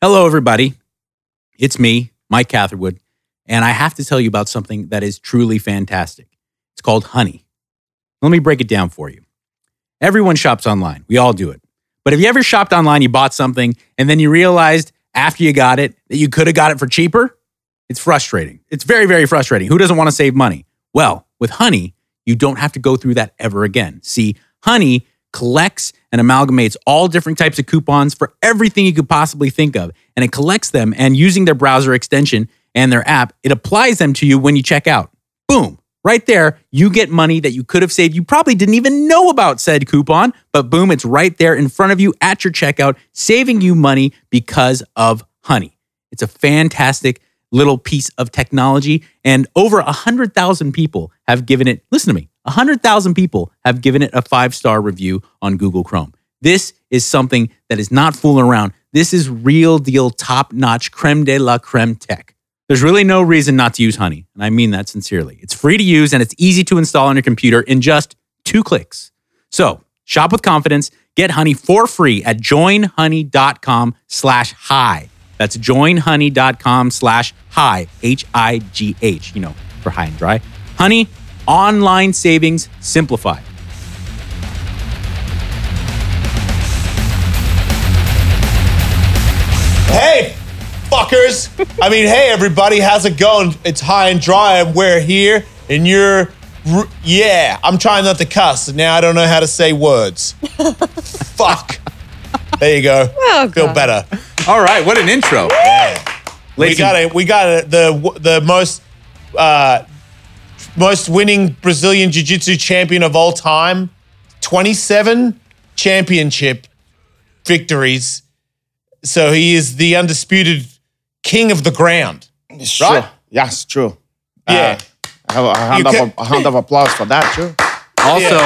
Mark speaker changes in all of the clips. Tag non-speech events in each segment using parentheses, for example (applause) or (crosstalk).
Speaker 1: Hello, everybody. It's me, Mike Catherwood, and I have to tell you about something that is truly fantastic. It's called honey. Let me break it down for you. Everyone shops online, we all do it. But have you ever shopped online, you bought something, and then you realized after you got it that you could have got it for cheaper? It's frustrating. It's very, very frustrating. Who doesn't want to save money? Well, with honey, you don't have to go through that ever again. See, honey collects and amalgamates all different types of coupons for everything you could possibly think of. And it collects them and using their browser extension and their app, it applies them to you when you check out. Boom, right there, you get money that you could have saved. You probably didn't even know about said coupon, but boom, it's right there in front of you at your checkout, saving you money because of honey. It's a fantastic little piece of technology. And over 100,000 people have given it, listen to me, 100,000 people have given it a five star review on Google Chrome. This is something that is not fooling around. This is real deal, top notch, creme de la creme tech. There's really no reason not to use Honey, and I mean that sincerely. It's free to use and it's easy to install on your computer in just two clicks. So shop with confidence. Get Honey for free at joinhoney.com slash hi. That's joinhoney.com slash hi, H-I-G-H, you know, for high and dry. Honey, online savings simplified.
Speaker 2: Hey, fuckers! I mean, hey, everybody, how's it going? It's high and dry, and we're here, and you're. r- Yeah, I'm trying not to cuss, and now I don't know how to say
Speaker 3: (laughs)
Speaker 2: words. Fuck. There you go.
Speaker 3: Oh,
Speaker 2: Feel
Speaker 3: God.
Speaker 2: better.
Speaker 1: All right, what an intro.
Speaker 2: Yeah. We
Speaker 1: Ladies
Speaker 2: got
Speaker 1: and-
Speaker 2: it. We got it. The the most uh, most winning Brazilian Jiu Jitsu champion of all time. Twenty seven championship victories. So he is the undisputed king of the ground. Uh,
Speaker 4: It's
Speaker 2: Right?
Speaker 4: true. Yes, true.
Speaker 2: Yeah.
Speaker 4: I have a hand,
Speaker 2: You
Speaker 4: of,
Speaker 2: can-
Speaker 4: a hand of applause for that, too.
Speaker 1: Also,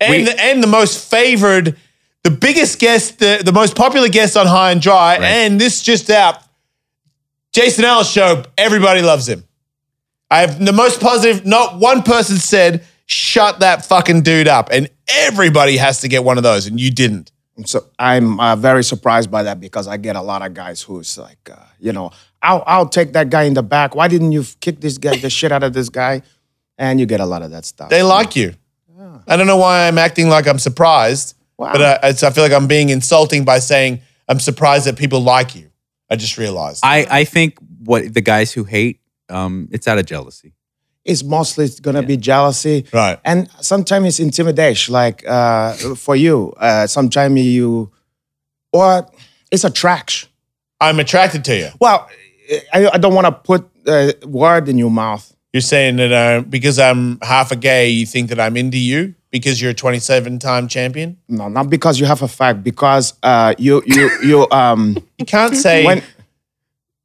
Speaker 2: and
Speaker 1: We-
Speaker 2: the, and the most favored, the biggest guest, the, the most popular guest on High and Dry, and this just out, Jason Ellis show. Everybody loves him. I have the most positive. Not one person said, "Shut that fucking dude up," and everybody has to get one of those, and you didn't.
Speaker 4: So I'm uh, very surprised by that because I get a lot of guys who's like, uh, you know, I'll, I'll take that guy in the back. Why didn't you kick this guy, the shit out of this guy? And you get a lot of that stuff.
Speaker 2: They like you. I don't know why I'm acting like I'm surprised,
Speaker 4: Wow.
Speaker 2: but I, it's, I feel like I'm being insulting by saying I'm surprised that people like you. I just realized.
Speaker 1: I, I think what the guys who hate, um, it's out of jealousy.
Speaker 4: it's mostly going to be jealousy.
Speaker 2: Right.
Speaker 4: And sometimes it's intimidation, like uh, for you. Uh, sometimes you, or it's attraction.
Speaker 2: I'm attracted to you.
Speaker 4: Well, I, I don't want to put a word in your mouth.
Speaker 2: You're saying that uh, because I'm half a gay, you think that I'm into you because you're a 27 time champion?
Speaker 4: No, not because you have a fact. Because uh, you you you um
Speaker 2: (laughs) You
Speaker 4: (laughs)
Speaker 2: can't say
Speaker 4: when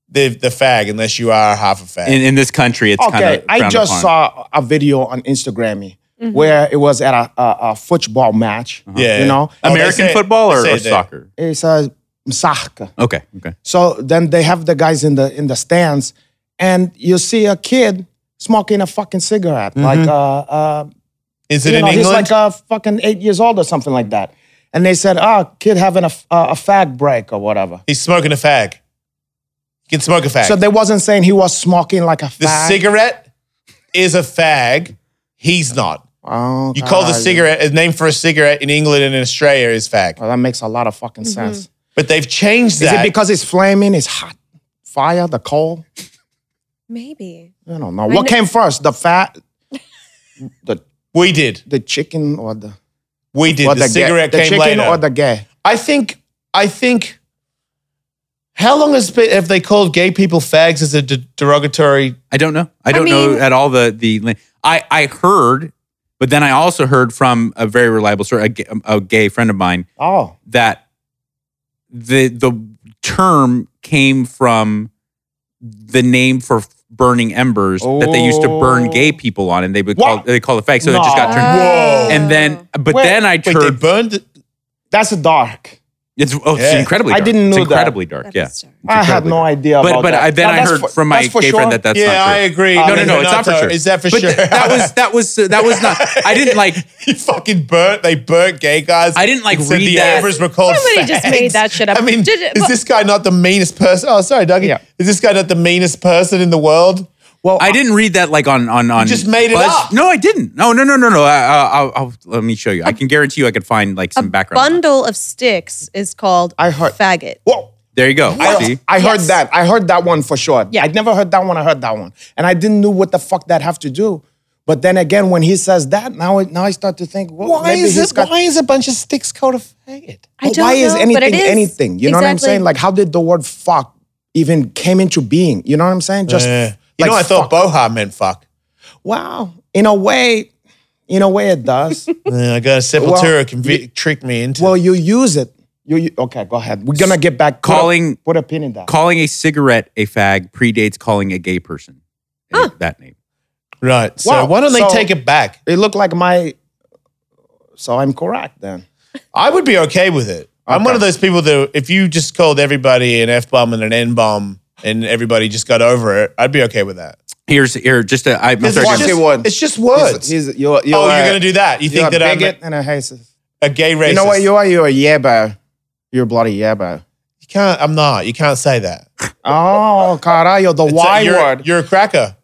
Speaker 2: the, the fag unless you are half a fag.
Speaker 1: In, in this country, it's kind
Speaker 4: okay,
Speaker 1: of.
Speaker 4: I just saw a video on Instagram where it was at a, a, a football match.
Speaker 2: yeah.
Speaker 4: you know
Speaker 2: Oh, they
Speaker 1: American
Speaker 2: say-
Speaker 1: football
Speaker 2: they
Speaker 1: or,
Speaker 2: say
Speaker 1: or
Speaker 2: that.
Speaker 1: soccer?
Speaker 4: it's a msaka.
Speaker 1: Okay, okay.
Speaker 4: So then they have the guys in the in the stands, and you see a kid smoking a fucking cigarette, like uh, uh
Speaker 2: Is it Mm-hmm.
Speaker 4: you
Speaker 2: in
Speaker 4: know, he's
Speaker 2: England?
Speaker 4: like uh, fucking eight years old or something like that. And they said, "Ah, kid having a f- a, a fag break or whatever."
Speaker 2: He's smoking a fag. You can smoke a fag.
Speaker 4: So they wasn't saying he was smoking like a
Speaker 2: the
Speaker 4: fag.
Speaker 2: cigarette is a fag. He's not.
Speaker 4: Oh,
Speaker 2: You call the
Speaker 4: God.
Speaker 2: cigarette, a name for a cigarette in England and in Australia is fag.
Speaker 4: Well, Oh, that makes a lot of fucking
Speaker 2: Mm-hmm.
Speaker 4: sense.
Speaker 2: But they've changed
Speaker 4: Is
Speaker 2: that.
Speaker 4: it because it's flaming? It's hot, fire, the coal.
Speaker 3: Maybe.
Speaker 4: I don't know. What
Speaker 3: kn-
Speaker 4: came first, the fat, the
Speaker 2: we did.
Speaker 4: the chicken, or the
Speaker 2: We did.
Speaker 4: or
Speaker 2: The,
Speaker 4: the, gay-
Speaker 2: cigarette
Speaker 4: the
Speaker 2: came
Speaker 4: chicken
Speaker 2: later.
Speaker 4: or the gay?
Speaker 2: I think I think how long has been have they called gay people fags as a de- derogatory?
Speaker 1: I don't know. I don't know
Speaker 3: mean-
Speaker 1: at all the the. li- I I heard, but then I also heard from a very reliable source, a, g- a gay friend of mine,
Speaker 4: Oh,
Speaker 1: that the the term came from the name for f- burning embers that they used to burn gay people on, and they would call
Speaker 4: Oh. What?
Speaker 1: they call it fag. So it just got
Speaker 4: No.
Speaker 3: Oh.
Speaker 1: turned.
Speaker 2: Whoa.
Speaker 1: And then, but
Speaker 4: Wait,
Speaker 1: then I
Speaker 2: Wait, they
Speaker 1: heard
Speaker 2: burned.
Speaker 4: that's dark.
Speaker 1: It's, oh, it's
Speaker 2: Yeah.
Speaker 1: incredibly
Speaker 4: I
Speaker 1: dark.
Speaker 4: didn't know
Speaker 1: it's
Speaker 4: that.
Speaker 1: incredibly dark.
Speaker 3: That
Speaker 1: Yeah.
Speaker 3: is dark.
Speaker 4: I had
Speaker 1: incredibly
Speaker 4: no
Speaker 1: dark.
Speaker 4: idea
Speaker 1: But
Speaker 4: about
Speaker 1: but
Speaker 4: that.
Speaker 1: I, then
Speaker 4: Now,
Speaker 1: I
Speaker 4: that's
Speaker 1: heard
Speaker 4: for-
Speaker 1: from my
Speaker 4: that's for
Speaker 1: gay
Speaker 4: sure.
Speaker 1: friend that that's
Speaker 2: yeah,
Speaker 1: not
Speaker 2: I
Speaker 1: true.
Speaker 2: agree.
Speaker 1: No, no, no, it's not for sure.
Speaker 2: Is that for
Speaker 1: but
Speaker 2: sure?
Speaker 1: th- that was
Speaker 2: (laughs)
Speaker 1: that was that was not. I didn't like.
Speaker 2: you fucking burnt. They burnt gay guys.
Speaker 1: I didn't, like,
Speaker 2: and said
Speaker 1: read
Speaker 2: the
Speaker 1: that.
Speaker 2: Avers were called
Speaker 3: Somebody just
Speaker 2: fags.
Speaker 3: made that shit up.
Speaker 2: I mean,
Speaker 3: Did it-
Speaker 2: is
Speaker 3: well-
Speaker 2: this guy not the meanest person? Oh, sorry, Dougie.
Speaker 4: Yeah.
Speaker 2: Is this guy not the meanest person in the world?
Speaker 4: Well,
Speaker 1: I didn't read that like on on on.
Speaker 2: Oh. just made it
Speaker 1: Buzz-
Speaker 2: up.
Speaker 1: No, I didn't. No, no, no, no, no. I, I, I'll, I'll let me show you. I can guarantee you, I could find like
Speaker 3: A
Speaker 1: some background.
Speaker 3: bundle of sticks is called
Speaker 4: I heard-
Speaker 3: faggot.
Speaker 4: Whoa.
Speaker 1: There you go.
Speaker 4: I,
Speaker 1: See?
Speaker 4: I heard
Speaker 3: Yes.
Speaker 4: that. I heard that one for sure.
Speaker 3: Yeah.
Speaker 4: I never heard that one. I heard that one, and I didn't know what the fuck that have to do. But then again, when he says that, now it- now I start to think, well,
Speaker 2: Why
Speaker 4: maybe
Speaker 2: is
Speaker 4: he's
Speaker 2: it?
Speaker 4: got-
Speaker 2: why is a bunch of sticks called a faggot?
Speaker 3: I
Speaker 4: But
Speaker 3: don't
Speaker 4: why is
Speaker 3: know,
Speaker 4: anything
Speaker 3: but it is.
Speaker 4: anything? You know what I'm
Speaker 3: Exactly.
Speaker 4: saying? Like, how did the word "fuck" even came into being? You know what I'm saying? Just
Speaker 2: Eh. you
Speaker 4: like,
Speaker 2: know, I thought
Speaker 4: fuck.
Speaker 2: boha meant fuck.
Speaker 4: Wow. In a way, in a way, it
Speaker 3: (laughs)
Speaker 4: does.
Speaker 2: Yeah, I got a sepultura can vi- trick me into.
Speaker 4: well, you use it. You, you okay? Go ahead. We're gonna get back. Put a-
Speaker 1: Calling-
Speaker 4: Put a, pin in that.
Speaker 1: Calling a cigarette a fag predates calling a gay person a- that name.
Speaker 2: right. So
Speaker 4: Wow,
Speaker 2: why don't they
Speaker 4: so-
Speaker 2: take it back?
Speaker 4: it looked like my. So I'm correct then.
Speaker 2: I would be okay with it. I'm
Speaker 4: Okay.
Speaker 2: one of those people that if you just called everybody an F bomb and an N bomb and everybody just got over it, I'd be okay with that.
Speaker 1: Here's here just a, I, I'm
Speaker 2: It's
Speaker 1: sorry,
Speaker 4: watch
Speaker 1: just-
Speaker 2: just,
Speaker 4: it one.
Speaker 2: it's just words.
Speaker 4: He's, he's, you're, you're
Speaker 2: oh,
Speaker 4: a-
Speaker 2: you're going to do that. You
Speaker 4: you're
Speaker 2: think that
Speaker 4: a
Speaker 2: I'm
Speaker 4: bigot
Speaker 2: a,
Speaker 4: and a racist.
Speaker 2: a gay racist.
Speaker 4: You know what you are? You're a yebba. You're a bloody yebba.
Speaker 2: You can't, I'm not. You can't say that.
Speaker 4: Oh, carajo, the
Speaker 2: It's a-
Speaker 4: Y
Speaker 2: you're,
Speaker 4: word.
Speaker 2: You're a cracker.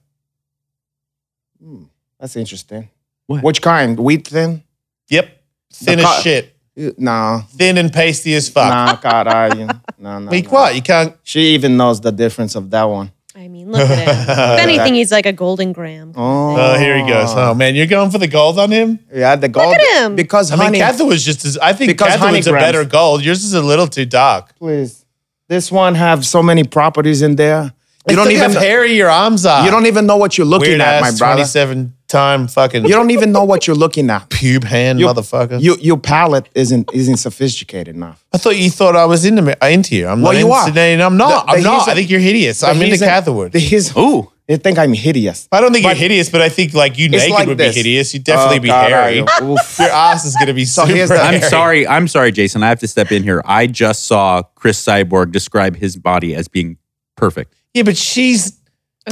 Speaker 4: That's interesting.
Speaker 1: What?
Speaker 4: Which kind? Wheat thin?
Speaker 2: Yep. Thin
Speaker 4: The
Speaker 2: as
Speaker 4: car-
Speaker 2: shit.
Speaker 4: Eh, No.
Speaker 2: Thin and pasty as fuck. (laughs)
Speaker 4: Nah, carajo. No, no.
Speaker 2: Like
Speaker 4: no.
Speaker 2: what? You can't.
Speaker 4: She even knows the difference of that one.
Speaker 3: I mean, look at him.
Speaker 2: (laughs)
Speaker 3: if anything, he's like a golden gram.
Speaker 4: Oh,
Speaker 2: Oh, here he goes. Oh, man. You're going for the gold on him?
Speaker 4: Yeah, the gold.
Speaker 3: him.
Speaker 4: Because
Speaker 2: I mean,
Speaker 4: honey,
Speaker 2: Catherwood was just as. I think
Speaker 4: Because
Speaker 2: Catherwood's a
Speaker 4: honeygrams-
Speaker 2: better gold. Yours is a little too dark.
Speaker 4: please. This one have so many properties in there. You don't even
Speaker 2: have hairy your arms are.
Speaker 4: you don't even know what you're looking
Speaker 2: Weird
Speaker 4: at,
Speaker 2: ass
Speaker 4: my brother.
Speaker 2: 27 time fucking
Speaker 4: You don't even know what you're
Speaker 2: (laughs)
Speaker 4: looking at.
Speaker 2: pube hand motherfucker.
Speaker 4: You, your palate isn't isn't sophisticated enough.
Speaker 2: I thought you thought I was into me, uh, into you. I'm
Speaker 4: Well,
Speaker 2: not
Speaker 4: you are.
Speaker 2: into you. I'm not.
Speaker 4: The- the
Speaker 2: I'm not.
Speaker 4: reason-
Speaker 2: I think you're hideous. I'm into
Speaker 4: He's in-
Speaker 2: Catherwood.
Speaker 4: (laughs) He's,
Speaker 1: Ooh,
Speaker 4: they think I'm hideous.
Speaker 2: I don't think you're hideous, but I think like you naked
Speaker 4: like
Speaker 2: would
Speaker 4: this.
Speaker 2: be hideous. You'd definitely
Speaker 4: Oh,
Speaker 2: be
Speaker 4: God,
Speaker 2: hairy. (laughs)
Speaker 4: I- oof.
Speaker 2: Your ass is gonna be so super
Speaker 4: here's the-
Speaker 1: I'm
Speaker 2: hairy.
Speaker 1: sorry. I'm sorry, Jason. I have to step in here. I just saw Chris Cyborg describe his body as being perfect.
Speaker 2: Yeah, but she's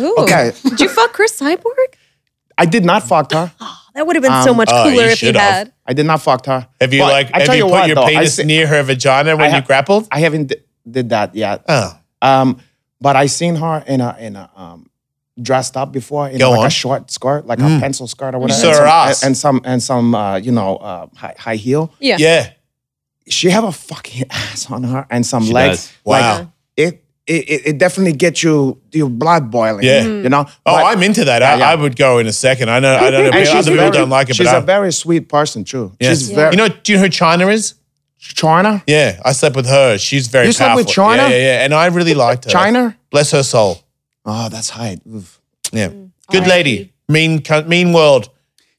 Speaker 3: Ooh.
Speaker 4: Okay.
Speaker 3: Did you fuck Chris Cyborg?
Speaker 2: (laughs)
Speaker 4: I did not fuck her.
Speaker 3: That would have been so
Speaker 4: Um,
Speaker 3: much
Speaker 2: oh, you
Speaker 3: cooler if he
Speaker 2: should've.
Speaker 3: had.
Speaker 4: I did not fuck her.
Speaker 2: have you
Speaker 4: But
Speaker 2: like
Speaker 4: I
Speaker 2: have
Speaker 4: tell
Speaker 2: you,
Speaker 4: you
Speaker 2: put
Speaker 4: what,
Speaker 2: your
Speaker 4: though, I
Speaker 2: penis
Speaker 4: see-
Speaker 2: near her vagina when
Speaker 4: ha-
Speaker 2: you grappled?
Speaker 4: I haven't d- did that yet.
Speaker 2: oh.
Speaker 4: Um, but I seen her in a in a um, dressed up before in
Speaker 2: Go
Speaker 4: like
Speaker 2: on. Mm.
Speaker 4: a short skirt, like a pencil skirt or whatever.
Speaker 2: saw her
Speaker 4: and,
Speaker 2: ass.
Speaker 4: some, and some and some uh, you know uh, high, high heel.
Speaker 3: Yeah.
Speaker 2: Oh, Yeah.
Speaker 4: She have a fucking (laughs) ass on her and some
Speaker 1: She
Speaker 4: legs.
Speaker 1: does.
Speaker 2: Wow.
Speaker 4: Like, it, it it- it definitely gets you your blood boiling.
Speaker 2: Yeah.
Speaker 4: You know.
Speaker 2: Oh,
Speaker 4: But-
Speaker 2: I'm into that. I,
Speaker 4: yeah.
Speaker 2: I would go in a second. I know. I don't know.
Speaker 4: and
Speaker 2: Other
Speaker 4: she's
Speaker 2: people
Speaker 4: very-
Speaker 2: don't like it,
Speaker 4: She's
Speaker 2: but
Speaker 4: a
Speaker 2: I'm,
Speaker 4: very sweet person too.
Speaker 2: yeah.
Speaker 4: She's very.
Speaker 2: You know, do you know who China is?
Speaker 4: China.
Speaker 2: Yeah, I slept with her. She's very
Speaker 4: You
Speaker 2: powerful.
Speaker 4: slept with China?
Speaker 2: Yeah, yeah, yeah. And I really liked her.
Speaker 4: China.
Speaker 2: Bless her soul.
Speaker 4: Oh, that's high. Oof.
Speaker 2: Yeah. Good lady. Mean cunt, mean world.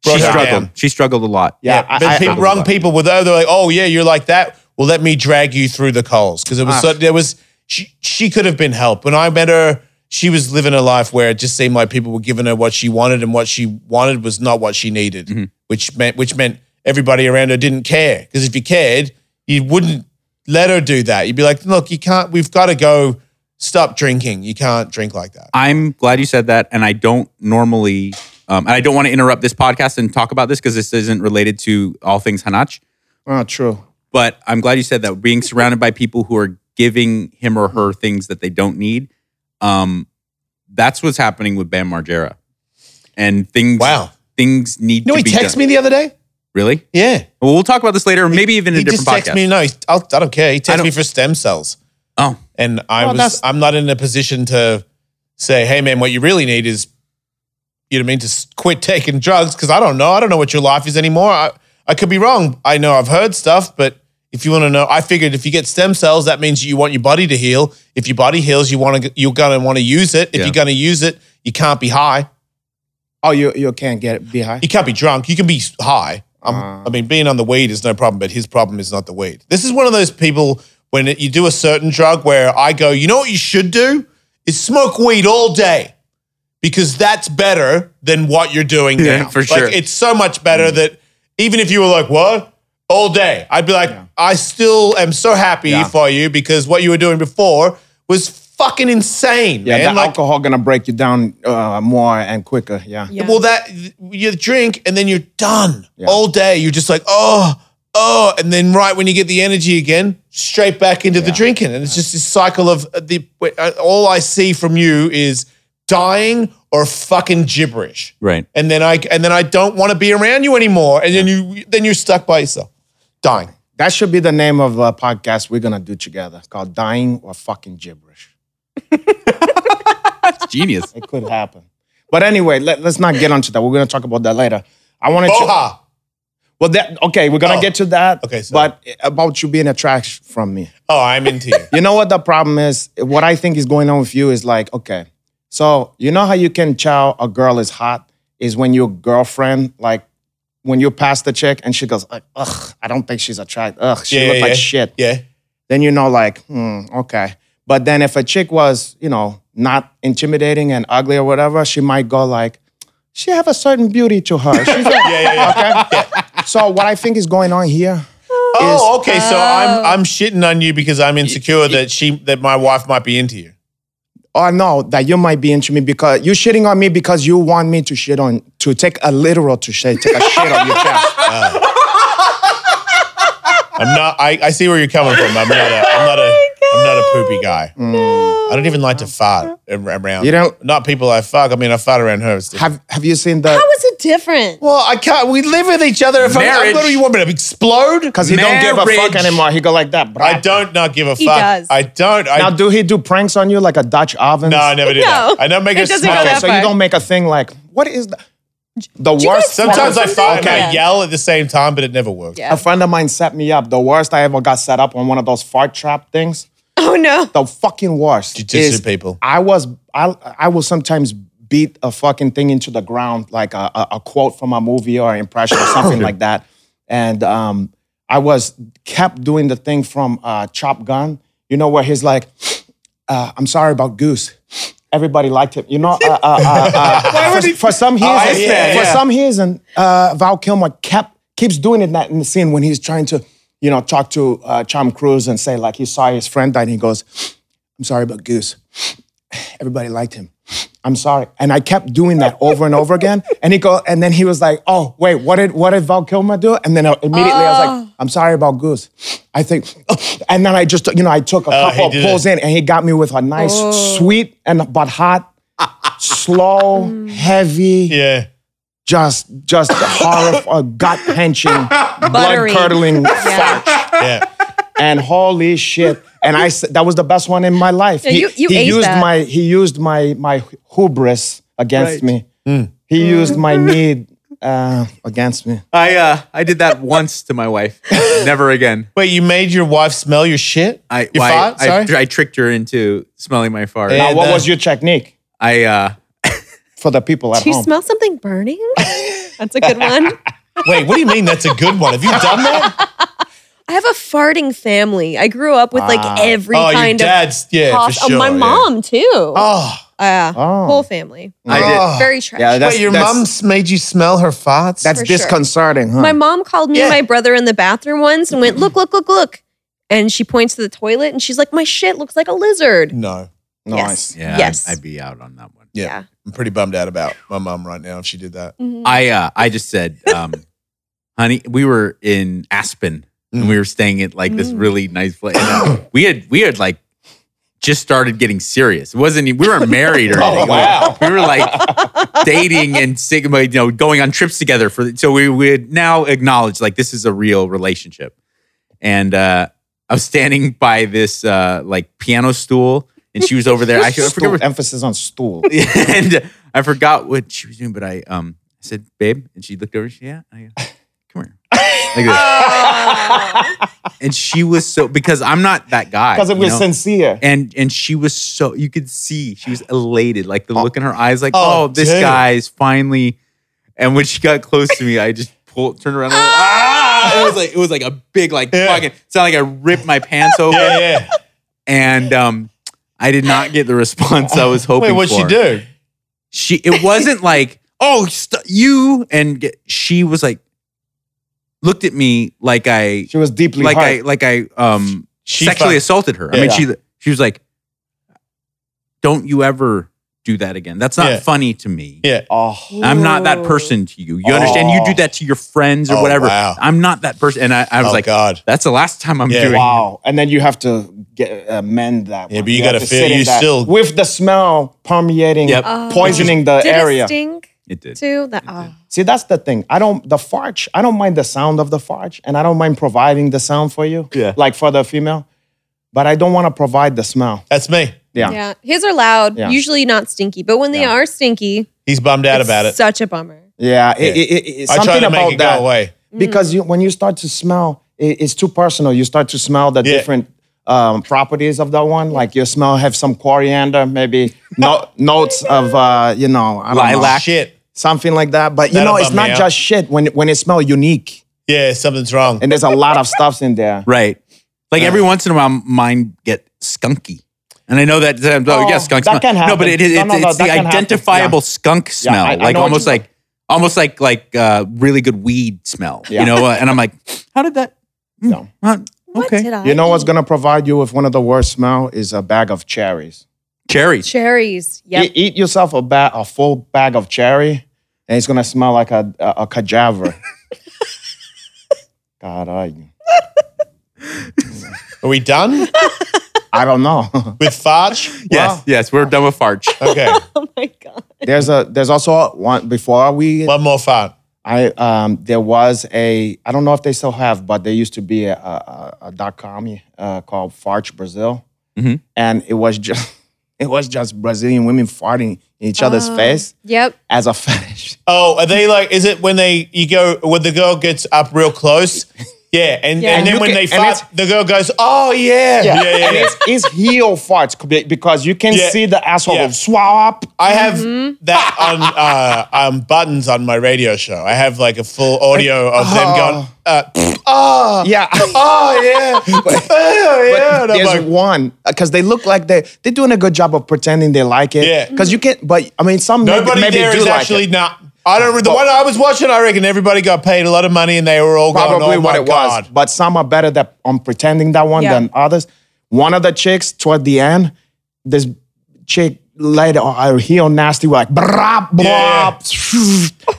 Speaker 2: Brought
Speaker 1: She
Speaker 2: her
Speaker 1: struggled.
Speaker 2: down.
Speaker 1: She struggled a lot.
Speaker 4: Yeah, I-
Speaker 2: But
Speaker 4: I-
Speaker 2: people,
Speaker 4: I-
Speaker 2: wrong people with her, they're like, oh yeah, you're like that. Well, let me drag you through the coals. Because it was
Speaker 4: Ah.
Speaker 2: so, there was she she could have been helped. When I met her, she was living a life where it just seemed like people were giving her what she wanted, and what she wanted was not what she needed,
Speaker 1: Mm-hmm.
Speaker 2: which meant which meant everybody around her didn't care. Because if you cared, you wouldn't let her do that. You'd be like, look, you can't, we've got to go stop drinking. You can't drink like that.
Speaker 1: I'm glad you said that, and I don't normally, um, and I don't want to interrupt this podcast and talk about this because this isn't related to all things Hanach.
Speaker 4: Oh, true.
Speaker 1: But I'm glad you said that. Being surrounded by people who are giving him or her things that they don't need, um, that's what's happening with Bam Margera, and things.
Speaker 2: Wow.
Speaker 1: things need
Speaker 2: You know,
Speaker 1: to
Speaker 2: he
Speaker 1: be
Speaker 2: texted
Speaker 1: done.
Speaker 2: me the other day.
Speaker 1: Really?
Speaker 2: Yeah.
Speaker 1: Well, we'll talk about this later, or maybe even in
Speaker 2: He
Speaker 1: a different
Speaker 2: just texted
Speaker 1: podcast.
Speaker 2: me. No, he, I'll, I don't care. He texted
Speaker 1: don't-
Speaker 2: me for stem cells.
Speaker 1: oh,
Speaker 2: and I
Speaker 4: Well,
Speaker 2: was
Speaker 4: that's-
Speaker 2: I'm not in a position to say, hey man, what you really need is you know what I mean to s- quit taking drugs because I don't know, I don't know what your life is anymore. I I could be wrong. I know I've heard stuff, but if you want to know, I figured if you get stem cells, that means you want your body to heal. If your body heals, you want to you're gonna want to use it. If
Speaker 1: Yeah.
Speaker 2: you're gonna use it, you can't be high.
Speaker 4: Oh, you you can't get it be high.
Speaker 2: You can't be drunk. You can be s- high. I'm, I mean, being on the weed is no problem, but his problem is not the weed. This is one of those people when it, you do a certain drug where I go, you know what you should do is smoke weed all day because that's better than what you're doing
Speaker 1: Yeah,
Speaker 2: now.
Speaker 1: for
Speaker 2: Like,
Speaker 1: sure.
Speaker 2: it's so much better that even if you were like, what? all day. I'd be like, I still am so happy
Speaker 4: Yeah.
Speaker 2: for you because what you were doing before was fucking insane,
Speaker 4: Yeah,
Speaker 2: man.
Speaker 4: the
Speaker 2: Like,
Speaker 4: alcohol gonna break you down uh, more and quicker. Yeah.
Speaker 3: Yeah.
Speaker 2: well, that you drink and then you're done
Speaker 4: Yeah.
Speaker 2: all day. You're just like, oh, oh, and then right when you get the energy again, straight back into the
Speaker 4: Yeah.
Speaker 2: drinking, and it's just this cycle of uh, the. uh, All I see from you is dying or fucking gibberish.
Speaker 1: Right.
Speaker 2: and then I and then I don't want to be around you anymore. And then you then you're stuck by yourself, dying.
Speaker 4: That should be the name of a podcast we're gonna do together. It's called Dying or Fucking Gibberish.
Speaker 1: It's genius.
Speaker 4: It could happen. But anyway, let, us not get onto that. We're gonna talk about that later. I wanted to.
Speaker 2: Boha.
Speaker 4: Well, that okay. We're gonna
Speaker 2: Oh.
Speaker 4: get to that.
Speaker 2: Okay, sorry.
Speaker 4: But about you being attracted from me.
Speaker 2: Oh, I'm into
Speaker 4: (laughs)
Speaker 2: you.
Speaker 4: You know what the problem is? What I think is going on with you is like, okay, so you know how you can tell a girl is hot is when your girlfriend, like, when you pass the chick and she goes, like, ugh, I don't think she's attractive. Ugh, she
Speaker 2: Yeah,
Speaker 4: look
Speaker 2: yeah,
Speaker 4: like
Speaker 2: yeah.
Speaker 4: shit.
Speaker 2: Yeah.
Speaker 4: Then you know, like, hmm, okay. But then if a chick was, you know, not intimidating and ugly or whatever, she might go like, she have a certain beauty to her.
Speaker 2: (laughs)
Speaker 4: She's like,
Speaker 2: Yeah, yeah, yeah.
Speaker 4: okay. So what I think is going on here,
Speaker 2: Oh, okay. So I'm I'm shitting on you because I'm insecure that she that my wife might be into you.
Speaker 4: or no, that you might be into me because you shitting on me because you want me to shit on to take a literal to shit, take a shit on your chest.
Speaker 2: I'm not. I, I see where you're coming from. I'm not. A, I'm not
Speaker 3: (laughs)
Speaker 2: a.
Speaker 3: Oh
Speaker 2: I'm not a poopy guy. I don't even like to fart ar- around.
Speaker 4: You don't-
Speaker 2: Not people I fuck. I mean, I fart around her. It's different.
Speaker 4: Have Have you seen the?
Speaker 3: How is it different?
Speaker 2: Well, I can't. We live with each other. If I'm, I'm
Speaker 1: Marriage.
Speaker 2: literally, you want me to explode?
Speaker 4: Because he don't give a fuck
Speaker 1: Marriage.
Speaker 4: anymore. He go like that. Bro.
Speaker 2: I don't not give a fuck.
Speaker 3: He does.
Speaker 2: I don't. I
Speaker 4: Now, do he do pranks on you like a Dutch oven?
Speaker 2: No, I never do
Speaker 3: No.
Speaker 2: that. I don't make
Speaker 3: It
Speaker 2: her
Speaker 3: doesn't go
Speaker 2: smile.
Speaker 3: that
Speaker 4: Okay, so you
Speaker 3: far.
Speaker 4: don't make a thing like what is the the worst?
Speaker 3: guys-
Speaker 2: Sometimes I
Speaker 3: Sometimes
Speaker 2: fight
Speaker 3: okay.
Speaker 2: and I yell at the same time, but it never works.
Speaker 3: Yeah.
Speaker 4: A friend of mine set me up. The worst I ever got set up on one of those fart trap things.
Speaker 2: (laughs)
Speaker 3: Oh no.
Speaker 4: The fucking worst.
Speaker 2: Jujitsu
Speaker 4: is
Speaker 2: people.
Speaker 4: I was I I will sometimes beat a fucking thing into the ground, like a, a, a quote from a movie or an
Speaker 2: (coughs)
Speaker 4: impression or something like that. And um, I was kept doing the thing from uh, Chop Gun, you know, where he's like, uh, "I'm sorry about Goose." Everybody liked him, you know. Uh, uh, uh,
Speaker 2: (laughs)
Speaker 4: uh, for, for some reason,
Speaker 2: Oh, yeah,
Speaker 4: for
Speaker 2: yeah.
Speaker 4: some reason, uh, Val Kilmer kept keeps doing it that in the scene when he's trying to, you know, talk to uh, Tom Cruise and say like he saw his friend die and he goes, "I'm sorry about Goose." everybody liked him. I'm sorry. And I kept doing that over and over again. And he go, and then he was like, oh, wait, what did what did Val Kilmer do? And then I- immediately I was
Speaker 3: Oh.
Speaker 4: like, I'm sorry about Goose. I think, and then I just, you know, I took a
Speaker 2: Oh, he
Speaker 4: couple of
Speaker 2: did
Speaker 4: pulls in and he got me with a nice,
Speaker 3: Oh.
Speaker 4: sweet and but hot, slow, heavy,
Speaker 2: Yeah.
Speaker 4: just just horrible, gut henching, blood
Speaker 3: Buttery.
Speaker 4: curdling
Speaker 3: Yeah. (laughs)
Speaker 2: Yeah.
Speaker 4: and holy shit. And I s- that was the best one in my life.
Speaker 3: Yeah,
Speaker 4: he
Speaker 3: you- you
Speaker 4: he
Speaker 3: ate
Speaker 4: used
Speaker 3: that.
Speaker 4: my he used my my hubris against
Speaker 1: Right.
Speaker 4: me. He used my need uh, against me.
Speaker 1: (laughs) I uh, I did that once to my (laughs) wife. Never again.
Speaker 2: Wait, you made your wife smell your shit?
Speaker 1: I
Speaker 2: your
Speaker 1: why-
Speaker 2: fart?
Speaker 1: I,
Speaker 2: Sorry.
Speaker 1: I tricked her into smelling my fart.
Speaker 2: Yeah.
Speaker 4: Now, what
Speaker 2: the-
Speaker 4: was your technique
Speaker 1: I uh,
Speaker 4: for the people at
Speaker 3: Do you
Speaker 4: home?
Speaker 3: smell something
Speaker 2: (laughs)
Speaker 3: burning? That's a good one.
Speaker 2: Wait, what do you mean that's a good one? Have you done that?
Speaker 3: I have a farting family. I grew up with
Speaker 4: Wow.
Speaker 3: like every
Speaker 2: oh, your
Speaker 3: kind of
Speaker 2: dad's. Yeah,
Speaker 3: pos-
Speaker 2: for sure.
Speaker 3: oh, my
Speaker 2: yeah.
Speaker 3: mom too.
Speaker 2: Oh,
Speaker 3: Yeah.
Speaker 4: Oh.
Speaker 3: Whole family.
Speaker 1: I did.
Speaker 2: Oh.
Speaker 3: Very trash.
Speaker 4: Yeah, that's
Speaker 2: wait, your
Speaker 4: that's,
Speaker 2: mom's made you smell her farts?
Speaker 4: that's
Speaker 3: for sure.
Speaker 4: disconcerting, huh?
Speaker 3: My mom called me
Speaker 2: Yeah.
Speaker 3: and my brother in the bathroom once and went, look, look, look, look. And she points to the toilet and she's like, my shit looks like a lizard.
Speaker 2: no.
Speaker 4: nice.
Speaker 1: yeah,
Speaker 3: Yes.
Speaker 1: I'd, I'd be out on that one.
Speaker 2: Mm, Yeah.
Speaker 3: Yeah.
Speaker 2: I'm pretty bummed out about my mom right now if she did that.
Speaker 3: Mhm.
Speaker 1: I uh, I just said,
Speaker 3: (laughs)
Speaker 1: um, honey, we were in Aspen and we
Speaker 4: Mm.
Speaker 1: were staying at like this
Speaker 3: Mm.
Speaker 1: really nice place.
Speaker 4: (coughs)
Speaker 1: And, uh, we had we had like just started getting serious. It wasn't even- we weren't married or
Speaker 4: (laughs) Oh,
Speaker 1: anything.
Speaker 4: wow.
Speaker 1: We were
Speaker 4: (laughs)
Speaker 1: like dating and sigma, you know, going on trips together for so we would now acknowledge like this is a real relationship. And uh I was standing by this uh like piano stool and she was over there. I, I forget
Speaker 4: Stool,
Speaker 1: what
Speaker 4: emphasis on (laughs) stool.
Speaker 1: (laughs) and I forgot what she was doing, but I um I said, "Babe," and she looked over. She yeah, I go, come here. Like this. and she was so because I'm not that guy.
Speaker 4: Because it
Speaker 1: you
Speaker 4: was
Speaker 1: know?
Speaker 4: sincere.
Speaker 1: And and she was so you could see she was elated, like the look in her eyes, like
Speaker 2: Oh,
Speaker 1: oh, this
Speaker 2: dude.
Speaker 1: guy's finally. And when she got close to me, I just pulled, turned around, and I went, ah! It was like it was like a big like
Speaker 2: Yeah.
Speaker 1: fucking. Sound like I ripped my pants over,
Speaker 2: Yeah, (laughs) yeah.
Speaker 1: and um, I did not get the response I was hoping.
Speaker 2: Wait, what'd she
Speaker 1: for
Speaker 2: do? (laughs)
Speaker 1: she it wasn't like oh st- you and get, she was like looked at me like I
Speaker 4: She was deeply
Speaker 1: like I
Speaker 4: hurt.
Speaker 1: like I um
Speaker 2: She
Speaker 1: sexually
Speaker 2: fucked-
Speaker 1: assaulted her. I
Speaker 2: Yeah.
Speaker 1: mean, she she was like, "Don't you ever do that again? That's not
Speaker 2: Yeah.
Speaker 1: funny to me.
Speaker 2: Yeah.
Speaker 4: oh,
Speaker 1: I'm not that
Speaker 3: Ooh.
Speaker 1: person to you. You understand? You
Speaker 4: Oh.
Speaker 1: do that to your friends or
Speaker 2: Oh,
Speaker 1: whatever.
Speaker 2: wow.
Speaker 1: I'm not that person." And I, I was
Speaker 2: oh
Speaker 1: like,
Speaker 2: God.
Speaker 1: "That's the last time I'm
Speaker 2: Yeah.
Speaker 1: doing."
Speaker 4: wow. And then you have to get amend that.
Speaker 2: Yeah,
Speaker 4: one.
Speaker 2: but you
Speaker 4: have
Speaker 2: gotta
Speaker 4: to
Speaker 2: feel-
Speaker 4: sit in
Speaker 2: you
Speaker 4: that-
Speaker 2: still-
Speaker 4: with the smell permeating,
Speaker 1: Yep.
Speaker 3: Oh.
Speaker 4: poisoning the
Speaker 3: Did
Speaker 4: area.
Speaker 3: it stink
Speaker 1: It did.
Speaker 3: too? That, oh.
Speaker 4: See, that's the thing. I don't the fart. I don't mind the sound of the fart, and I don't mind providing the sound for you.
Speaker 1: Yeah.
Speaker 4: Like for the female, but I don't want to provide the smell.
Speaker 2: That's me.
Speaker 4: Yeah.
Speaker 3: Yeah. His are loud,
Speaker 4: Yeah.
Speaker 3: usually not stinky, but when they
Speaker 4: Yeah.
Speaker 3: are stinky,
Speaker 2: He's bummed out
Speaker 3: it's
Speaker 2: about it.
Speaker 3: such a bummer.
Speaker 4: Yeah. It,
Speaker 2: Yeah.
Speaker 4: it, it- it's
Speaker 2: I
Speaker 4: something
Speaker 2: try to
Speaker 4: about
Speaker 2: make it
Speaker 4: that
Speaker 2: go away.
Speaker 4: Mm. because you, when you start to smell, it, it's too personal. You start to smell the
Speaker 2: Yeah.
Speaker 4: different. Um, properties of that one, like your smell have some coriander, maybe no, notes of uh, you know, I don't know,
Speaker 1: Lilac.
Speaker 2: Shit.
Speaker 4: something like that. But you
Speaker 2: That'll
Speaker 4: know, it's
Speaker 2: bum
Speaker 4: not
Speaker 2: me out.
Speaker 4: just shit when when it smells unique,
Speaker 2: Yeah, something's wrong.
Speaker 4: and there's a lot of stuffs in there.
Speaker 1: Right. Like every once in a while, mine get skunky. And I know that, that- oh,
Speaker 4: Oh,
Speaker 1: yeah, skunk smell.
Speaker 4: that can
Speaker 1: No, but
Speaker 4: happen.
Speaker 1: it, it,
Speaker 4: No, no,
Speaker 1: it's,
Speaker 4: no,
Speaker 1: it's
Speaker 4: that
Speaker 1: the
Speaker 4: can happen.
Speaker 1: identifiable
Speaker 4: Yeah.
Speaker 1: skunk smell,
Speaker 4: I- I
Speaker 1: like
Speaker 4: know what
Speaker 1: almost
Speaker 4: you
Speaker 1: like almost like like uh, really good weed smell,
Speaker 4: Yeah.
Speaker 1: you know. Uh, and I'm like, how did that? Hmm,
Speaker 4: No.
Speaker 1: huh,
Speaker 3: What
Speaker 1: okay,
Speaker 3: did I
Speaker 4: You know what's
Speaker 3: eat?
Speaker 4: gonna provide you with one of the worst smell is a bag of cherries. E-,
Speaker 1: cherries.
Speaker 3: Cherries. Yep. (laughs)
Speaker 4: Eat, eat yourself a ba- a full bag of cherry, and it's gonna smell like a a, a cadaver. God, I,
Speaker 2: Are we done
Speaker 4: I don't know. (laughs)
Speaker 2: with Farch?
Speaker 1: Yes, yes, we're done with farch.
Speaker 2: (laughs) Okay.
Speaker 3: oh my God.
Speaker 4: there's a there's also one before we
Speaker 2: One more fart.
Speaker 4: I um there was a I don't know if they still have, but there used to be a a, a dot com uh, called Farch Brazil,
Speaker 2: Mm-hmm.
Speaker 1: Mhm.
Speaker 4: and it was just (laughs) it was just Brazilian women farting in each other's
Speaker 3: Oh.
Speaker 4: face
Speaker 3: Yep.
Speaker 4: as a (laughs) fetish.
Speaker 2: Oh, are they like? Is it when they you go when the girl gets up real close? Yeah, and,
Speaker 3: Yeah.
Speaker 2: and then
Speaker 4: Look
Speaker 2: when
Speaker 4: at-
Speaker 2: they
Speaker 4: and
Speaker 2: fart,
Speaker 4: it's-
Speaker 2: the girl goes, "Oh yeah, yeah, yeah."
Speaker 4: And
Speaker 2: yeah.
Speaker 4: it's, it's heel farts be- because you can
Speaker 2: Yeah.
Speaker 4: see the asshole
Speaker 2: Yeah.
Speaker 4: go swap.
Speaker 2: I have that on uh, um, buttons on my radio show. I have like a full audio of them
Speaker 4: Uh-huh.
Speaker 2: going, uh, "Oh,
Speaker 4: Yeah.
Speaker 2: (laughs) oh yeah,
Speaker 4: (laughs)
Speaker 2: oh yeah." And I'm
Speaker 4: There's
Speaker 2: like,
Speaker 4: one because they look like they they're doing a good job of pretending they like it.
Speaker 2: Yeah.
Speaker 4: Because you can't, but I mean, some maybe-
Speaker 2: Nobody
Speaker 4: maybe,
Speaker 2: there is
Speaker 4: do like
Speaker 2: actually
Speaker 4: it.
Speaker 2: not. I don't. The one I was watching, I reckon everybody got paid a lot of money, and they were all
Speaker 4: probably
Speaker 2: going, "Oh
Speaker 4: what
Speaker 2: my
Speaker 4: it
Speaker 2: god!"
Speaker 4: was. But some are better that on pretending that one
Speaker 3: Yeah.
Speaker 4: than others. One of the chicks toward the end, this chick later on her heel nasty like brap brap,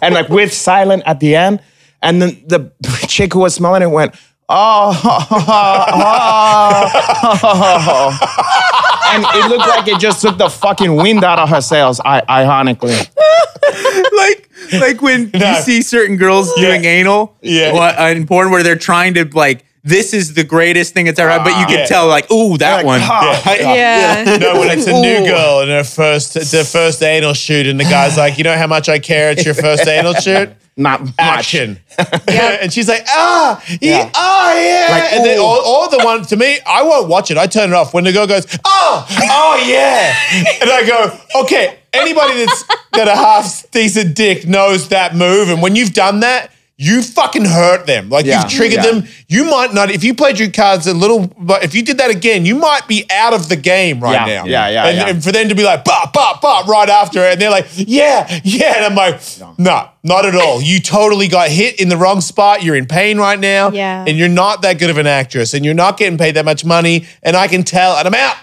Speaker 4: and like with silent at the end. And then the (laughs) chick who was smelling it went, oh, (laughs) and it looked like it just took the fucking wind out of her sails. I ironically,
Speaker 1: (laughs) like like
Speaker 4: (laughs)
Speaker 1: when
Speaker 2: No.
Speaker 1: you see certain girls doing anal
Speaker 2: Yeah.
Speaker 1: wha- in porn where they're trying to like this is the greatest thing that's ever happened, but you can
Speaker 2: Yeah.
Speaker 1: tell like ooh that
Speaker 4: Like, (laughs)
Speaker 1: one
Speaker 4: "Ah."
Speaker 1: I-
Speaker 3: Yeah.
Speaker 2: No, when it's a new girl and her first, it's her first anal shoot, and the guy's like, "You know how much I care? It's your first anal
Speaker 4: (laughs)
Speaker 2: shoot."
Speaker 4: not much. (laughs)
Speaker 2: Action, (laughs) and she's like, "Ah, yeah,
Speaker 4: Yeah.
Speaker 2: ah, yeah."
Speaker 4: Like,
Speaker 2: and then,
Speaker 4: ooh.
Speaker 2: or, or the one to me, I won't watch it. I turn it off when the girl goes, "Oh, oh, yeah," (laughs) and I go, "Okay." Anybody that's got a half decent dick knows that move, and when you've done that. You fucking hurt them. Like
Speaker 4: Yeah,
Speaker 2: you've triggered
Speaker 4: yeah.
Speaker 2: them. You might not. If you played your cards a little, but if you did that again, you might be out of the game right
Speaker 4: Yeah,
Speaker 2: now.
Speaker 4: yeah, yeah,
Speaker 2: And-
Speaker 4: yeah.
Speaker 2: and for them to be like bop bop bop right after it, and they're like yeah yeah and i'm like no not at all you totally got hit in the wrong spot you're in pain right now
Speaker 3: Yeah.
Speaker 2: and you're not that good of an actress and you're not getting paid that much money and i can tell and i'm out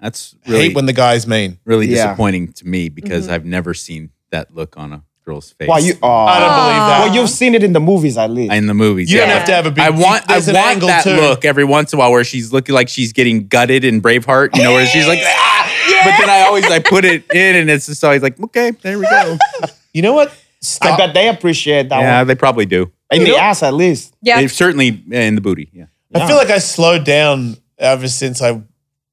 Speaker 1: that's
Speaker 2: I
Speaker 1: really
Speaker 2: hate when the guy's mean
Speaker 1: really
Speaker 4: Yeah.
Speaker 1: disappointing to me because I've never seen that look on a girl's face
Speaker 4: Well, you, oh.
Speaker 2: i don't believe that
Speaker 4: well, you've seen it in the movies at least.
Speaker 1: in the movies.
Speaker 2: you don't
Speaker 1: yeah.
Speaker 2: have to have a big
Speaker 1: I want I
Speaker 2: there's an
Speaker 1: want
Speaker 2: angle
Speaker 1: that
Speaker 2: too.
Speaker 1: look every once in a while where she's looking like she's getting gutted in Braveheart, you know, where she's like, ah! but then I always I put it in and it's just always like, okay, there we
Speaker 2: (laughs)
Speaker 1: go.
Speaker 2: you know what
Speaker 4: I
Speaker 2: Stop.
Speaker 4: bet they appreciate that
Speaker 1: yeah,
Speaker 4: one.
Speaker 1: they probably do.
Speaker 4: In the ass, at least.
Speaker 3: Yeah.
Speaker 1: They've certainly in the booty. Yeah.
Speaker 2: I feel like I slowed down ever since I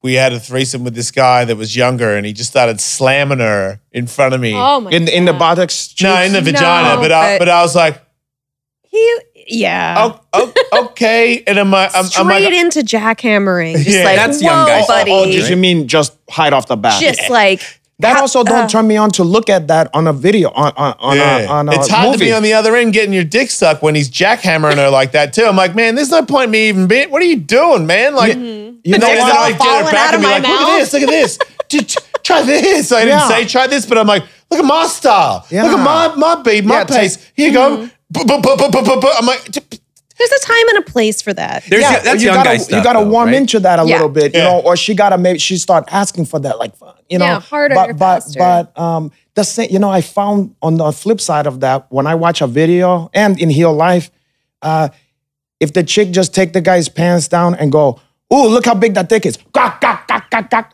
Speaker 2: we had a threesome with this guy that was younger and he just started slamming her in front of me
Speaker 3: Oh my
Speaker 4: In,
Speaker 3: God.
Speaker 4: in the buttocks.
Speaker 2: no in the
Speaker 3: No,
Speaker 2: vagina but, I,
Speaker 3: but-
Speaker 2: but i was like
Speaker 3: He, yeah.
Speaker 2: oh, oh, okay. And I'm, I'm,
Speaker 3: Straight
Speaker 2: I'm like,
Speaker 3: into jackhammering. Just
Speaker 2: Yeah.
Speaker 3: like,
Speaker 1: That's
Speaker 3: whoa,
Speaker 1: young guys.
Speaker 3: buddy.
Speaker 4: Oh, just, you mean just hide off the bat?
Speaker 3: just like,
Speaker 4: That also don't
Speaker 3: uh.
Speaker 4: turn me on to look at that on a video on on on,
Speaker 2: yeah.
Speaker 4: a, on a
Speaker 2: it's hard
Speaker 4: movie.
Speaker 2: to be on the other end getting your dick sucked when he's jackhammering her like that too. I'm like, man, there's no point in me even being. What are you doing, man? Like,
Speaker 4: you know
Speaker 2: and then
Speaker 3: all
Speaker 2: I
Speaker 4: what?
Speaker 2: get
Speaker 3: falling
Speaker 2: her back
Speaker 3: out of
Speaker 2: and be
Speaker 3: my
Speaker 2: like, look at
Speaker 3: mouth.
Speaker 2: this, look at this, Dude, t- try this. I didn't
Speaker 4: Yeah.
Speaker 2: say try this, but I'm like, look at my style, look
Speaker 4: Yeah.
Speaker 2: at my my beat, my
Speaker 4: Yeah, t-
Speaker 2: pace. Here you go. Bu- bu- bu- bu- bu- bu- bu- I'm like. t-
Speaker 3: There's a time and a place for that.
Speaker 1: There's
Speaker 4: yeah,
Speaker 1: yeah, that's
Speaker 4: you
Speaker 1: young
Speaker 4: gotta,
Speaker 1: guy stuff.
Speaker 4: You gotta
Speaker 1: though,
Speaker 4: warm
Speaker 1: right?
Speaker 4: into that a
Speaker 3: Yeah.
Speaker 4: little bit,
Speaker 2: Yeah.
Speaker 4: you know, or she gotta maybe she start asking for that, like you know,
Speaker 3: Yeah, harder,
Speaker 4: But but
Speaker 3: faster.
Speaker 4: but um, the same, you know, I found on the flip side of that, when I watch a video and in real life, uh, if the chick just take the guy's pants down and go, "Ooh, look how big that dick is," Gawk, gawk, gawk, gawk, gawk.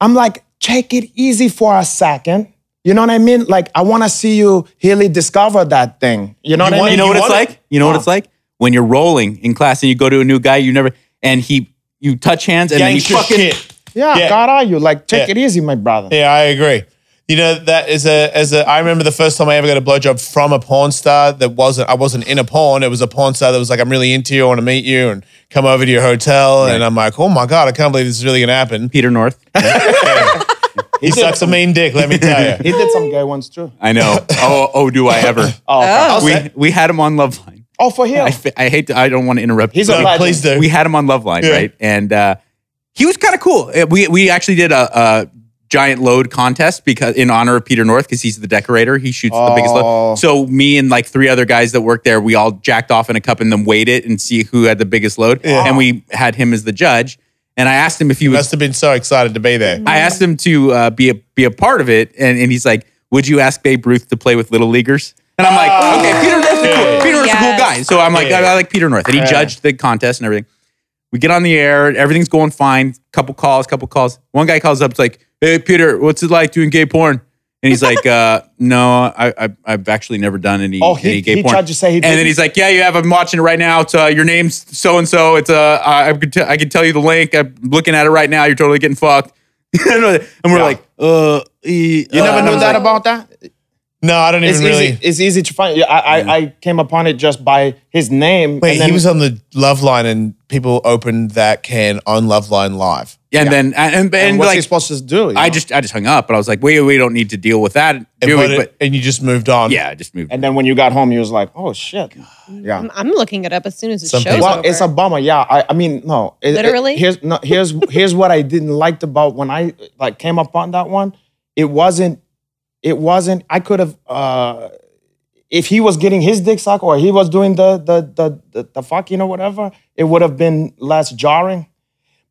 Speaker 4: I'm like, take it easy for a second. You know what I mean? Like, I want to see you really discover that thing. You know
Speaker 2: You
Speaker 4: what I
Speaker 2: want-
Speaker 4: mean?
Speaker 1: You know
Speaker 2: You
Speaker 1: what it's
Speaker 2: want it?
Speaker 1: like? You know what it's like? When you're rolling in class and you go to a new guy, you never and he you touch hands and then he
Speaker 2: Gangster
Speaker 1: fucking
Speaker 2: shit.
Speaker 4: yeah,
Speaker 2: Yeah.
Speaker 4: God, are you like, take
Speaker 2: Yeah.
Speaker 4: it easy, my brother.
Speaker 2: Yeah, I agree. You know that is a as a I remember the first time I ever got a blowjob from a porn star that wasn't I wasn't in a porn. It was a porn star that was like I'm really into you, I want to meet you, and come over to your hotel. And I'm like, oh my god, I can't believe this is really gonna happen.
Speaker 1: Peter North.
Speaker 2: He sucks a mean dick,
Speaker 4: (laughs)
Speaker 2: let me tell
Speaker 4: He
Speaker 2: you.
Speaker 4: did some gay ones too.
Speaker 1: I
Speaker 2: (laughs)
Speaker 1: know. Oh, oh, do I ever?
Speaker 4: Oh, okay.
Speaker 3: Oh.
Speaker 1: we we had him on Love Line.
Speaker 4: oh for him.
Speaker 1: I, fi- I hate. To, I don't want to interrupt.
Speaker 4: He's
Speaker 1: you,
Speaker 4: a
Speaker 1: but
Speaker 4: legend.
Speaker 2: Please do.
Speaker 1: we had him on Love Line,
Speaker 2: Yeah.
Speaker 1: right? And uh, he was kind of cool. Uh, We we actually did a, a giant load contest because in honor of Peter North because he's the decorator. He shoots the biggest
Speaker 4: Oh.
Speaker 1: load. So me and like three other guys that worked there, we all jacked off in a cup and then weighed it and see who had the biggest load. And we had him as the judge. And I asked him if he was
Speaker 2: Must have been so excited to be there.
Speaker 1: I asked him to uh, be a be a part of it, and, and he's like, "Would you ask Babe Ruth to play with little leaguers?" And I'm like,
Speaker 2: Oh.
Speaker 1: "Okay, Peter North's a cool.
Speaker 2: Yeah.
Speaker 1: Peter North's a cool
Speaker 3: Yes.
Speaker 1: guy." So I'm like,
Speaker 2: Yeah.
Speaker 1: "I, I like Peter North," and he judged the contest and everything. We get on the air, everything's going fine. Couple calls, couple calls. One guy calls up, it's like, "Hey, Peter, what's it like doing gay porn?" And he's
Speaker 4: (laughs)
Speaker 1: like, uh, "No, I, I I've actually never done any,
Speaker 4: Oh, he-
Speaker 1: any gay
Speaker 4: he
Speaker 1: porn."
Speaker 4: tried to say he
Speaker 1: and then
Speaker 4: didn't?
Speaker 1: he's like, "Yeah, you have. I'm watching it right now. It's uh, your name's so and so. It's uh, I, I could t- I could tell you the link. I'm looking at it right now. You're totally getting fucked." (laughs) and we're like, "Uh, you
Speaker 4: you never knew that
Speaker 1: Uh, Like,
Speaker 4: about that?
Speaker 2: No, I don't
Speaker 4: It's
Speaker 2: even really.
Speaker 4: easy. It's easy to find. Yeah, I, I, I came upon it just by his name.
Speaker 2: Wait,
Speaker 4: and then,
Speaker 2: he was on the Love Line, and people opened that can on Love Line live.
Speaker 1: and then and and,
Speaker 4: and
Speaker 1: and
Speaker 4: what's he
Speaker 1: like,
Speaker 4: supposed to do? you
Speaker 1: I
Speaker 4: know?
Speaker 1: just I just hung up, but I was like, "We we don't need to deal with that, do
Speaker 2: but
Speaker 1: we?"
Speaker 2: it-
Speaker 1: But
Speaker 2: and you just moved on.
Speaker 1: yeah, I just moved.
Speaker 4: And then when you got home, you was like, oh shit. Yeah.
Speaker 3: Um, I'm, I'm looking it up as soon as the
Speaker 2: Some
Speaker 3: show's
Speaker 2: people-
Speaker 4: Well,
Speaker 3: over.
Speaker 4: it's a bummer. Yeah, I, I mean, no. It- it-
Speaker 3: Literally?
Speaker 4: here's no, here's here's what I didn't like about when I like came upon that one. It wasn't. It wasn't. I could have. uh If he was getting his dick sucked or he was doing the the the the, the fucking or whatever, it would have been less jarring.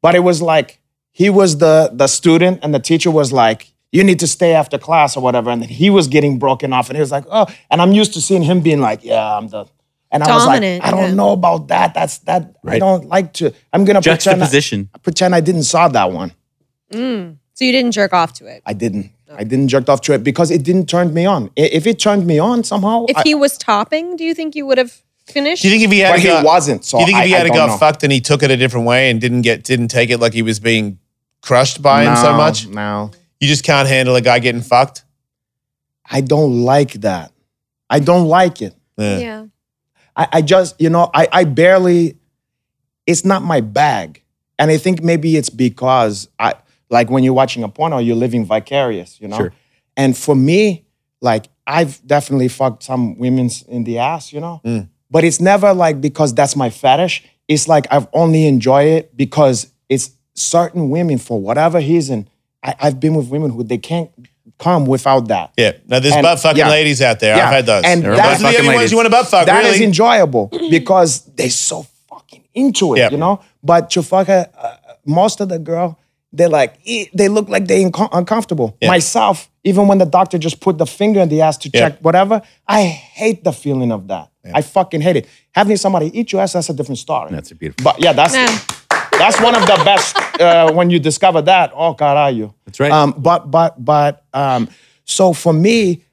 Speaker 4: But it was like he was the the student and the teacher was like. You need to stay after class or whatever, and he was getting broken off, and he was like, "Oh," and I'm used to seeing him being like, "Yeah, I'm the," and I was like,
Speaker 3: Dominant,
Speaker 4: "I don't
Speaker 3: yeah.
Speaker 4: know." know about that. That's that. I
Speaker 1: Right.
Speaker 4: don't like to. I'm gonna pretend I,
Speaker 1: Juxtaposition.
Speaker 4: pretend I didn't saw that one.
Speaker 3: so you didn't jerk off to it.
Speaker 4: I didn't. I didn't jerk off to it because it didn't turn me on. I- If it turned me on somehow,
Speaker 3: If
Speaker 4: I-
Speaker 3: he was topping, do you think you would have finished?
Speaker 2: Do you think if he had
Speaker 4: but
Speaker 2: a
Speaker 4: he
Speaker 2: go-
Speaker 4: wasn't. So
Speaker 2: Do you think
Speaker 4: I,
Speaker 2: if he
Speaker 4: I
Speaker 2: had a
Speaker 4: don't
Speaker 2: got
Speaker 4: know.
Speaker 2: fucked and he took it a different way and didn't get didn't take it like he was being crushed by him so
Speaker 4: No,
Speaker 2: much?
Speaker 4: No,
Speaker 2: You just can't handle a guy getting fucked.
Speaker 4: I don't like that. I don't like it.
Speaker 3: yeah.
Speaker 4: I, I just, you know, I, I barely, it's not my bag. And I think maybe it's because I, like when you're watching a porno, you're living vicarious, you know?
Speaker 1: Sure.
Speaker 4: And for me, like I've definitely fucked some women's in the ass, you know? But it's never like because that's my fetish. It's like I've only enjoy it because it's certain women for whatever reason. I, I've been with women who they can't come without that.
Speaker 2: Yeah. Now there's
Speaker 4: And-
Speaker 2: butt fucking
Speaker 4: yeah.
Speaker 2: ladies out there.
Speaker 4: Yeah.
Speaker 2: I've had those.
Speaker 4: And
Speaker 2: those
Speaker 4: that-
Speaker 2: are the only
Speaker 1: Fucking
Speaker 2: ones
Speaker 1: ladies.
Speaker 2: you want to butt fuck.
Speaker 4: that is
Speaker 2: really?
Speaker 4: enjoyable
Speaker 1: (clears throat)
Speaker 4: because they're so fucking into it,
Speaker 2: Yeah.
Speaker 4: you know. But you fuck a, uh, most of the girl, they're like eh, they look like they inco- uncomfortable. Myself, even when the doctor just put the finger in the ass to check whatever, I hate the feeling of that. I fucking hate it. Having somebody eat your ass, that's a different story.
Speaker 1: That's a beautiful.
Speaker 4: But yeah, that's
Speaker 3: Yeah.
Speaker 4: that's one of the best uh, when you discover that. Oh God, are you?
Speaker 1: That's right.
Speaker 4: Um, but but but um, so for me,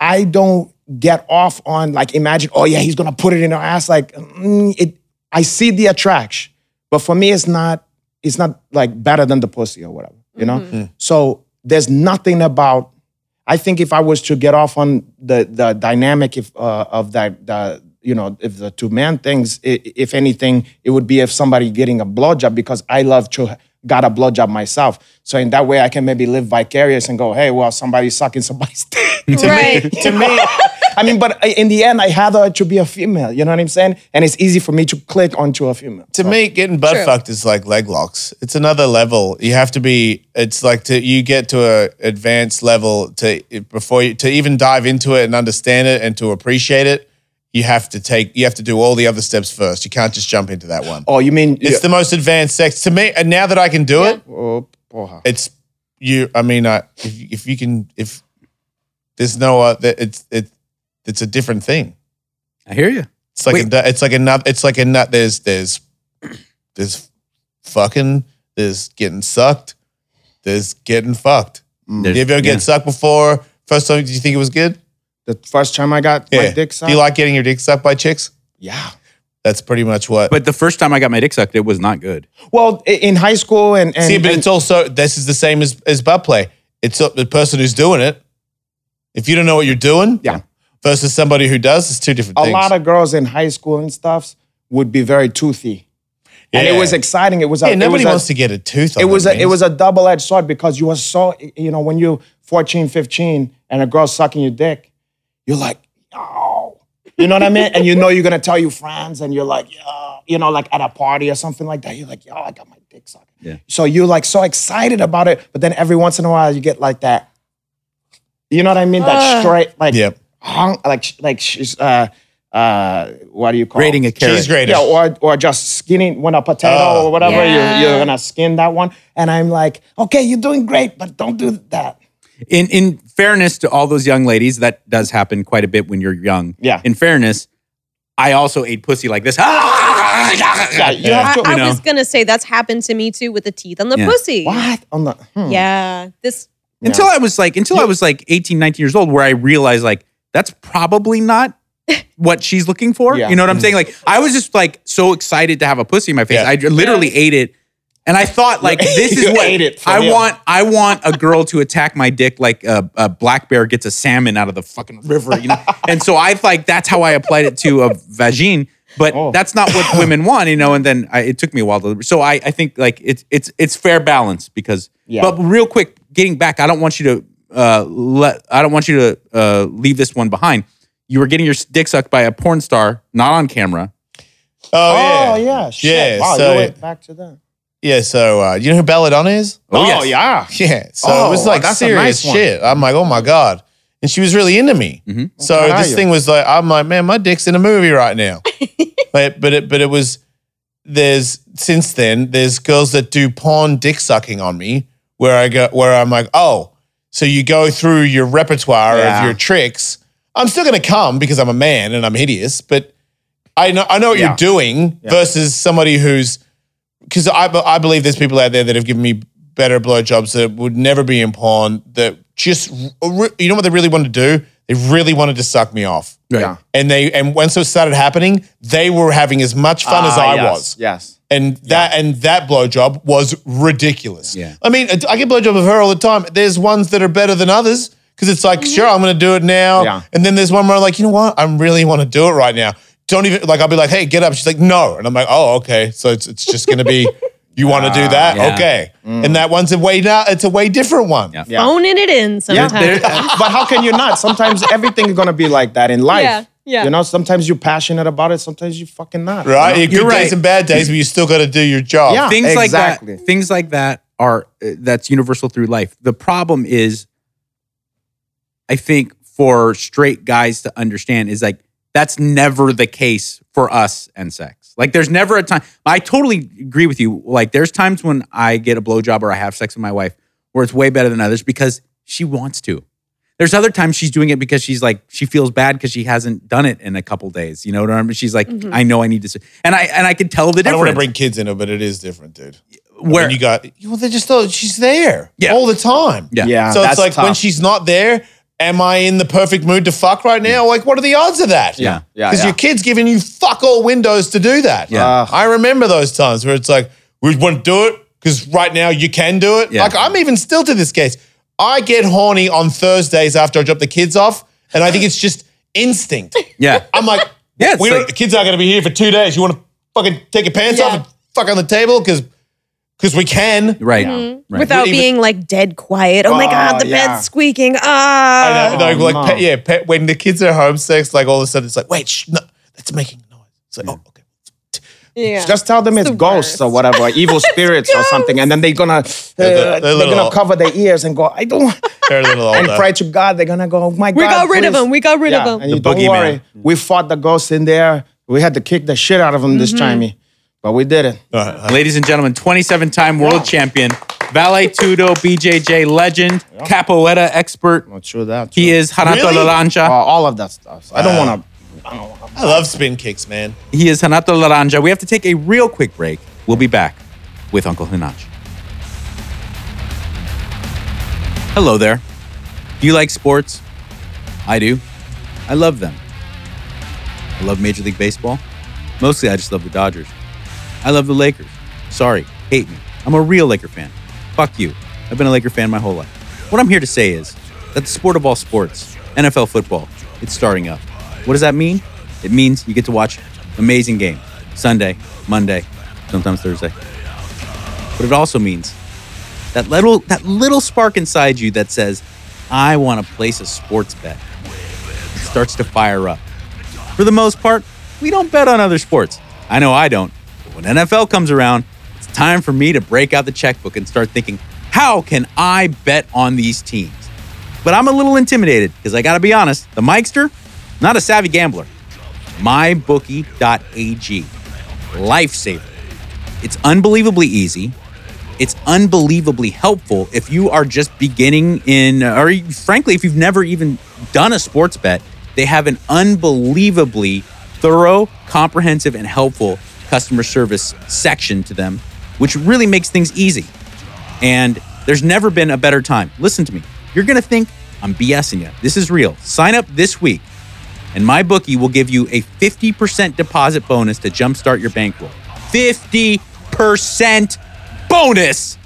Speaker 4: I don't get off on like imagine. Oh yeah, he's gonna put it in her ass. Like mm, it, I see the attraction, but for me, it's not. It's not like better than the pussy or whatever. You know. So there's nothing about. I think if I was to get off on the the dynamic if, uh, of that, the, you know, if the two man things, i- if anything, it would be if somebody getting a blowjob because I love to got a blowjob myself. So in that way, I can maybe live vicarious and go, hey, well, somebody's sucking somebody's (laughs) dick.
Speaker 3: Right.
Speaker 4: to me, I mean, but I- in the end, I had her to be a female. You know what I'm saying? And it's easy for me to click onto a female.
Speaker 2: to me, getting butt
Speaker 3: True.
Speaker 2: fucked is like leg locks. It's another level. You have to be. It's like to you get to a advanced level to before you to even dive into it and understand it and to appreciate it. you have to take you have to do all the other steps first. You can't just jump into that one.
Speaker 4: Oh, you mean
Speaker 2: It's the most advanced sex to me. And now that I can do
Speaker 3: Yeah.
Speaker 2: it,
Speaker 4: Oh, porra.
Speaker 2: it's you. I mean, I, if if you can, if there's no other, it's it, it's a different thing.
Speaker 1: I hear you.
Speaker 2: It's like
Speaker 1: Wait.
Speaker 2: a, it's like a nut. It's like a nut. There's there's there's fucking. There's getting sucked. There's getting fucked.
Speaker 1: There's-
Speaker 2: Did you ever get
Speaker 1: yeah.
Speaker 2: sucked before? First time? Did you think it was good?
Speaker 4: The first time I got my dick
Speaker 2: Do
Speaker 4: sucked.
Speaker 2: you like getting your dick sucked by chicks?
Speaker 4: yeah.
Speaker 2: That's pretty much what.
Speaker 1: But the first time I got my dick sucked, it was not good.
Speaker 4: Well, i- in high school and, and
Speaker 2: See, but
Speaker 4: and-
Speaker 2: it's also this is the same as as butt play. It's up the person who's doing it. If you don't know what you're doing,
Speaker 4: Yeah.
Speaker 2: versus somebody who does, it's two different
Speaker 4: a
Speaker 2: things.
Speaker 4: lot of girls in high school and stuff would be very toothy, and it
Speaker 2: Yeah.
Speaker 4: was exciting. It was a,
Speaker 2: yeah, nobody
Speaker 4: it was
Speaker 2: wants
Speaker 4: a,
Speaker 2: to get a tooth. On
Speaker 4: it was
Speaker 2: their
Speaker 4: a, it
Speaker 2: wings.
Speaker 4: was a double edged sword because you were so you know when you're 14, 15 and a girl sucking your dick, you're like, oh, you know what I mean, and you know you're gonna tell your friends, and you're like, yeah, you know, like at a party or something like that, you're like, yo, I got my dick sucked.
Speaker 1: Yeah.
Speaker 4: So you're like so excited about it, but then every once in a while you get like that, you know what I mean, that
Speaker 3: Ah.
Speaker 4: straight like
Speaker 2: Yep.
Speaker 4: hung, like like she's uh uh what do you call
Speaker 1: Rating a carrot.
Speaker 2: Cheese grater.
Speaker 4: yeah, or or just skinning when a potato
Speaker 2: Oh.
Speaker 4: or whatever
Speaker 3: Yeah.
Speaker 4: you, you're gonna skin that one. And I'm like, okay, you're doing great, but don't do that.
Speaker 1: in in fairness to all those young ladies, that does happen quite a bit when you're young.
Speaker 4: Yeah.
Speaker 1: In fairness, I also ate pussy like this. (laughs)
Speaker 4: Yeah, you
Speaker 2: Yeah.
Speaker 4: have to.
Speaker 1: You
Speaker 3: I,
Speaker 1: know.
Speaker 3: I was gonna say that's happened to me too with the teeth on the
Speaker 1: Yeah.
Speaker 3: pussy.
Speaker 4: what on the? hmm.
Speaker 3: Yeah, this
Speaker 1: Until I was like until I was like 18, 19 years old, where I realized like that's probably
Speaker 4: (laughs)
Speaker 1: not what she's looking for.
Speaker 4: Yeah. Mm-hmm.
Speaker 1: You know what I'm saying? Like I was just like so excited to have a pussy in my face.
Speaker 2: Yeah.
Speaker 1: I literally ate it. And I thought, like, this is
Speaker 4: (laughs) you
Speaker 1: what
Speaker 4: ate it for
Speaker 1: I
Speaker 4: real.
Speaker 1: want. I want a girl to attack my dick like a, a black bear gets a salmon out of the fucking river,
Speaker 4: (laughs)
Speaker 1: you know. and so I like that's how I applied it to a vagine, but
Speaker 4: Oh.
Speaker 1: that's not what
Speaker 4: (coughs)
Speaker 1: women want, you know. And then I, it took me a while to. So I, I think like it's it's it's fair balance because.
Speaker 4: Yeah.
Speaker 1: But real quick, getting back, I don't want you to uh let I don't want you to uh leave this one behind. You were getting your dick sucked by a porn star, not on camera.
Speaker 2: Oh,
Speaker 4: Oh yeah.
Speaker 2: yeah.
Speaker 4: Shit.
Speaker 2: Yeah,
Speaker 4: Wow.
Speaker 2: so-
Speaker 4: you went back to that.
Speaker 2: Yeah. So uh, you know who Belladonna is?
Speaker 1: Oh, yes.
Speaker 4: yeah.
Speaker 2: (laughs) Yeah. So
Speaker 4: Oh,
Speaker 2: it was like
Speaker 4: that's a
Speaker 2: serious
Speaker 4: nice one. Mm-hmm.
Speaker 2: shit. I'm like, oh my god. And she was really into me.
Speaker 1: Mhm.
Speaker 2: So
Speaker 4: Okay.
Speaker 2: this thing was like, I'm like, man, my dick's in a movie right now. but but it but it was there's since then there's girls that do porn dick sucking on me where I go where I'm like, oh, so you go through your repertoire
Speaker 4: Yeah.
Speaker 2: of your tricks. I'm still gonna come because I'm a man and I'm hideous, but I know I know what
Speaker 4: Yeah.
Speaker 2: you're doing versus somebody who's because I, be- I believe there's people out there that have given me better blowjobs that would never be in porn that just re- you know what they really wanted to do they really wanted to suck me off
Speaker 1: Right.
Speaker 4: Yeah.
Speaker 2: and they and once it started happening they were having as much fun as
Speaker 4: Ah,
Speaker 2: I
Speaker 4: yes,
Speaker 2: was
Speaker 4: Yes.
Speaker 2: and that and that blowjob was ridiculous
Speaker 1: Yeah.
Speaker 2: I mean I get blowjob of her all the time there's ones that are better than others because it's like sure I'm gonna do it now
Speaker 4: Yeah.
Speaker 2: and then there's one where I'm like you know what I really want to do it right now don't even like I'll be like hey get up she's like no and I'm like oh okay so it's it's just gonna be (laughs) you want to do that
Speaker 1: Ah, yeah. Mm.
Speaker 2: okay and that one's a way now it's a way different one
Speaker 1: Yeah.
Speaker 4: Yeah. uh,
Speaker 3: phoning it in sometimes.
Speaker 4: but how can you not? Sometimes everything is gonna be like that in life.
Speaker 3: Yeah, yeah.
Speaker 4: You know, sometimes you're passionate about it. Sometimes you fucking not.
Speaker 2: right
Speaker 1: No,
Speaker 2: It
Speaker 1: you're
Speaker 2: good days
Speaker 1: right.
Speaker 2: and bad days but you still got to do your job
Speaker 4: Yeah.
Speaker 1: things
Speaker 4: Exactly.
Speaker 1: like that things like that are uh, that's universal through life the problem is i think for straight guys to understand is like that's never the case for us and sex like there's never a time i totally agree with you like there's times when i get a blowjob or i have sex with my wife where it's way better than others because she wants to there's other times she's doing it because she's like she feels bad because she hasn't done it in a couple days you know what i mean she's like i know i need to s- and i and i can tell the
Speaker 2: I don't
Speaker 1: difference
Speaker 2: want to bring kids in it, but it is different, dude.
Speaker 1: where
Speaker 2: When you got, well, they just thought she's there
Speaker 1: Yeah.
Speaker 2: all the time.
Speaker 1: Yeah.
Speaker 4: Yeah.
Speaker 2: so it's
Speaker 4: that's
Speaker 2: like
Speaker 4: tough.
Speaker 2: when she's not there, am I in the perfect mood to fuck right now? Like, what are the odds of that?
Speaker 1: Yeah.
Speaker 4: Yeah,
Speaker 2: Because
Speaker 4: yeah.
Speaker 2: your kid's giving you fuck all windows to do that.
Speaker 1: Yeah.
Speaker 4: Ugh.
Speaker 2: I remember those times where it's like, we want to do it because right now you can do it.
Speaker 1: Yeah.
Speaker 2: Like, I'm even still to this case. I get horny on Thursdays after I drop the kids off, and I think it's just instinct.
Speaker 1: Yeah.
Speaker 2: I'm like,
Speaker 1: (laughs) Yeah, it's
Speaker 2: we don't,
Speaker 1: like-
Speaker 2: the kids aren't going to be here for two days. You want to fucking take your pants off
Speaker 3: Yeah.
Speaker 2: and fuck on the table because we can.
Speaker 1: Right. Right.
Speaker 3: Mm-hmm. Without
Speaker 2: Even-
Speaker 3: being like dead quiet. Oh, my
Speaker 4: Oh,
Speaker 3: god, the
Speaker 4: yeah.
Speaker 3: bed's squeaking.
Speaker 2: I know,
Speaker 3: Ah,
Speaker 2: Oh, no, like,
Speaker 4: no.
Speaker 2: Pe- yeah, pe- when the kids are home sex, like all of a sudden it's like, wait, shh, no, that's making noise. It's like, oh, okay.
Speaker 3: yeah.
Speaker 4: Just tell them it's,
Speaker 3: the
Speaker 4: ghosts
Speaker 3: worst.
Speaker 4: or whatever, evil spirits or something, and then they're gonna uh,
Speaker 2: They're the- they're
Speaker 4: they're
Speaker 2: little-
Speaker 4: gonna cover their ears and go, "I don't,
Speaker 2: They're a little (laughs)
Speaker 4: and
Speaker 2: older.
Speaker 4: pray to God they're gonna go. Oh my
Speaker 3: We
Speaker 4: God,
Speaker 3: got rid of
Speaker 4: please."
Speaker 3: him. We got rid
Speaker 4: yeah,
Speaker 3: of
Speaker 4: and
Speaker 3: him.
Speaker 1: The
Speaker 4: you don't
Speaker 1: boogeyman.
Speaker 4: worry. We fought the ghost in there. We had to kick the shit out of him this
Speaker 3: Mm-hmm.
Speaker 4: time, but we did it.
Speaker 2: All right.
Speaker 1: Uh, Ladies and gentlemen, 27 time world champion, Valetudo BJJ legend, capoeira expert.
Speaker 4: Not sure that.
Speaker 1: He is Hanato
Speaker 2: Really?
Speaker 1: La
Speaker 4: Uh,
Speaker 1: Laranja.
Speaker 4: all of that stuff. I don't
Speaker 2: Wow.
Speaker 4: want to.
Speaker 2: I love spin kicks, man.
Speaker 1: He is Hanato Laranja. We have to take a real quick break. We'll be back with Uncle Hinachi. Hello there. Do you like sports? I do. I love them. I love Major League Baseball. Mostly, I just love the Dodgers. I love the Lakers. Sorry, hate me. I'm a real Laker fan. Fuck you. I've been a Laker fan my whole life. What I'm here to say is that the sport of all sports, NFL football, it's starting up. What does that mean? It means you get to watch amazing games Sunday, Monday, sometimes Thursday. But it also means that little that little spark inside you that says, "I want to place a sports bet." It starts to fire up. For the most part, we don't bet on other sports. I know I don't. But when NFL comes around, it's time for me to break out the checkbook and start thinking, how can I bet on these teams? But I'm a little intimidated because I got to be honest, the Mikester, not a savvy gambler. MyBookie.ag, lifesaver. It's unbelievably easy. It's unbelievably helpful if you are just beginning in, or frankly, if you've never even done a sports bet. They have an unbelievably thorough, comprehensive, and helpful customer service section to them, which really makes things easy. And there's never been a better time. Listen to me. You're going to think I'm BSing you. This is real. Sign up this week and my bookie will give you a 50% deposit bonus to jumpstart your bankroll. 50% bonus.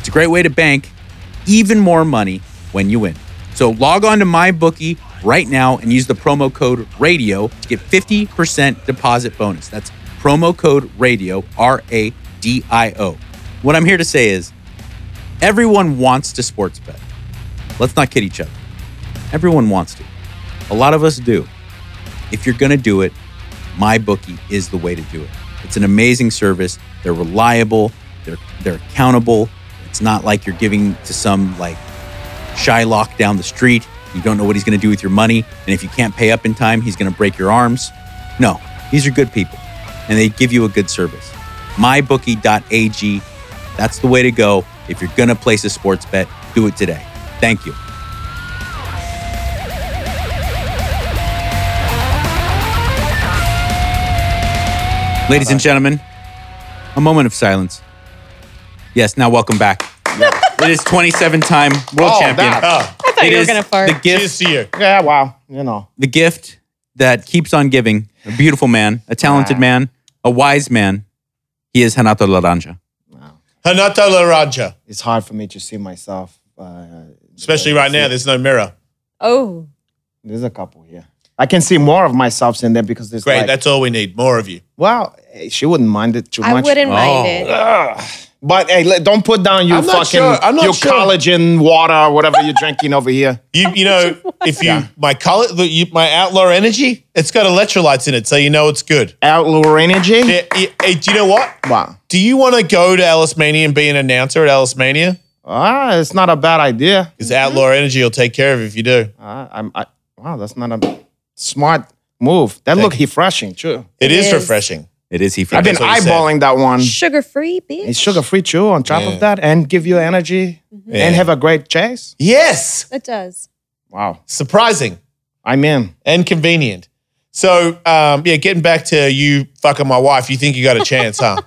Speaker 1: It's a great way to bank even more money when you win. So log on to my bookie right now and use the promo code radio to get 50% deposit bonus. That's promo code radio R A D I O. What I'm here to say is everyone wants to sports bet. Let's not kid each other. Everyone wants to. A lot of us do. If you're going to do it, MyBookie is the way to do it. It's an amazing service. They're reliable. They're they're accountable. It's not like you're giving to some like Shylock down the street. You don't know what he's going to do with your money, and if you can't pay up in time, he's going to break your arms. No, these are good people, and they give you a good service. MyBookie.ag, that's the way to go. If you're going to place a sports bet, do it today. Thank you. Ladies and gentlemen, a moment of silence. Yes, now welcome (laughs) back. it is 27 time world
Speaker 4: Oh,
Speaker 1: champion.
Speaker 4: that-
Speaker 2: Oh,
Speaker 3: I thought
Speaker 1: It
Speaker 3: you were
Speaker 1: is
Speaker 3: gonna fart.
Speaker 1: The gift,
Speaker 2: cheers to you.
Speaker 4: Yeah, wow. You know.
Speaker 1: the gift that keeps on giving. A beautiful man, a talented man, a wise man. He is Hanato Laranja.
Speaker 2: Hanato Laranja.
Speaker 4: it's hard for me to see myself. Uh,
Speaker 2: Especially right now, there's no mirror.
Speaker 3: oh,
Speaker 4: there's a couple here. I can see more of myself in there because there's
Speaker 2: Great,
Speaker 4: Like,
Speaker 2: that's all we need. More of you.
Speaker 4: well, eh, she wouldn't mind it too
Speaker 3: I
Speaker 4: much.
Speaker 3: wouldn't mind
Speaker 1: Oh.
Speaker 3: it.
Speaker 4: Ugh. But hey, let- don't put down your
Speaker 2: I'm not
Speaker 4: fucking
Speaker 2: sure. I'm not
Speaker 4: your
Speaker 2: sure.
Speaker 4: collagen water, or whatever you're drinking over here.
Speaker 2: You, you know, if you my color, the- you, my outlaw energy, it's got electrolytes in it, so you know it's good.
Speaker 4: Outlaw energy.
Speaker 2: Yeah, yeah, hey, do you know what?
Speaker 4: Wow.
Speaker 2: Do you want to go to Alice Mania and be an announcer at Alice Mania?
Speaker 4: Ah, it's not a bad idea.
Speaker 2: Because Outlaw Energy will take care of you if you do.
Speaker 4: Ah, I'm, I, wow, that's not a smart move. That looked refreshing too.
Speaker 2: it is,
Speaker 3: is.
Speaker 2: refreshing.
Speaker 1: It is he.
Speaker 4: I've been
Speaker 2: that's what he said.
Speaker 4: eyeballing that one.
Speaker 3: Sugar free, bitch.
Speaker 4: Mm. It's sugar free too. On top
Speaker 2: Yeah. Mm-hmm.
Speaker 4: of that, and give you energy
Speaker 2: Yeah.
Speaker 4: and have a great chase.
Speaker 2: yes,
Speaker 3: It does.
Speaker 4: Wow,
Speaker 2: surprising
Speaker 4: I'm in.
Speaker 2: and convenient. So, um, yeah, getting back to you fucking my wife, you think you got a chance, huh?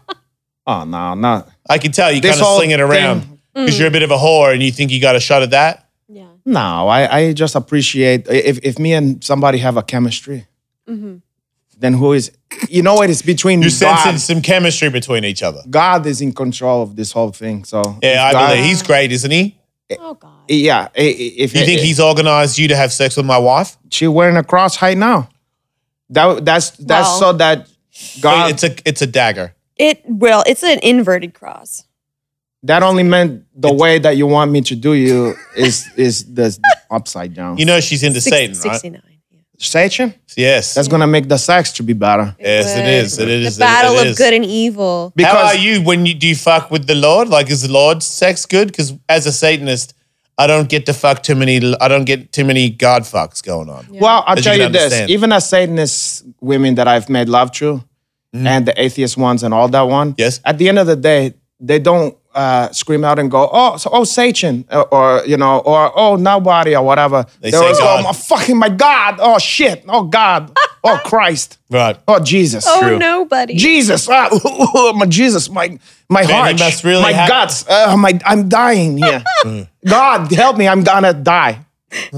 Speaker 4: Oh no, no,
Speaker 2: I can tell you
Speaker 4: This
Speaker 2: kind of
Speaker 4: whole
Speaker 2: sling it around
Speaker 4: thing-
Speaker 2: because you're a bit of a whore and you think you got a shot at that.
Speaker 3: Yeah.
Speaker 4: no. I, I just appreciate if if me and somebody have a chemistry, then who is? You know what? It's between
Speaker 2: You're sensing
Speaker 4: God.
Speaker 2: some chemistry between each other.
Speaker 4: God is in control of this whole thing. So
Speaker 2: Yeah, I
Speaker 4: if God,
Speaker 2: believe he's great, isn't he?
Speaker 3: Oh God.
Speaker 4: Yeah, i- i- if
Speaker 2: You think he's organized you to have sex with my wife?
Speaker 4: she wearing a cross height now? That that's that's
Speaker 3: Wow.
Speaker 4: so that God.
Speaker 2: it's a it's a dagger.
Speaker 3: It well, it's an inverted cross.
Speaker 4: that only meant the way that you want me to do you is is the upside down.
Speaker 2: You know she's into
Speaker 3: Six-
Speaker 2: Satan, right?
Speaker 3: Sixty-nine. yeah.
Speaker 4: Satan.
Speaker 2: Yes.
Speaker 4: That's gonna make the sex to be better.
Speaker 2: Yes, it is. It is.
Speaker 3: The battle
Speaker 2: it
Speaker 3: of
Speaker 2: is.
Speaker 3: good and evil.
Speaker 4: Because
Speaker 2: How are you when you do you fuck with the Lord? Like, is the Lord sex good? Because as a Satanist, I don't get to fuck too many. I don't get too many god fucks going on.
Speaker 4: Well,
Speaker 2: As
Speaker 4: I'll
Speaker 2: you
Speaker 4: tell
Speaker 2: can
Speaker 4: you,
Speaker 2: understand.
Speaker 4: this: even as Satanist women that I've made love to, and the atheist ones and all that one.
Speaker 2: Mm-hmm. Yes.
Speaker 4: At the end of the day, they don't uh, scream out and go, "Oh, so, oh, Satan," or, or, you know, or "Oh, nobody," or whatever.
Speaker 2: They
Speaker 4: They're
Speaker 2: say
Speaker 4: always,
Speaker 2: God.
Speaker 4: "Oh, my fucking my God! Oh shit! Oh God! oh Christ!
Speaker 2: Right.
Speaker 4: Oh Jesus!"
Speaker 3: Oh,
Speaker 1: True.
Speaker 3: nobody.
Speaker 4: Jesus, ah, (laughs) my Jesus, my my
Speaker 2: he
Speaker 4: heart,
Speaker 2: must really
Speaker 4: my
Speaker 2: have- Mm.
Speaker 4: guts, uh, my I'm
Speaker 2: (laughs)
Speaker 4: dying here. God, help me! I'm gonna die.
Speaker 3: so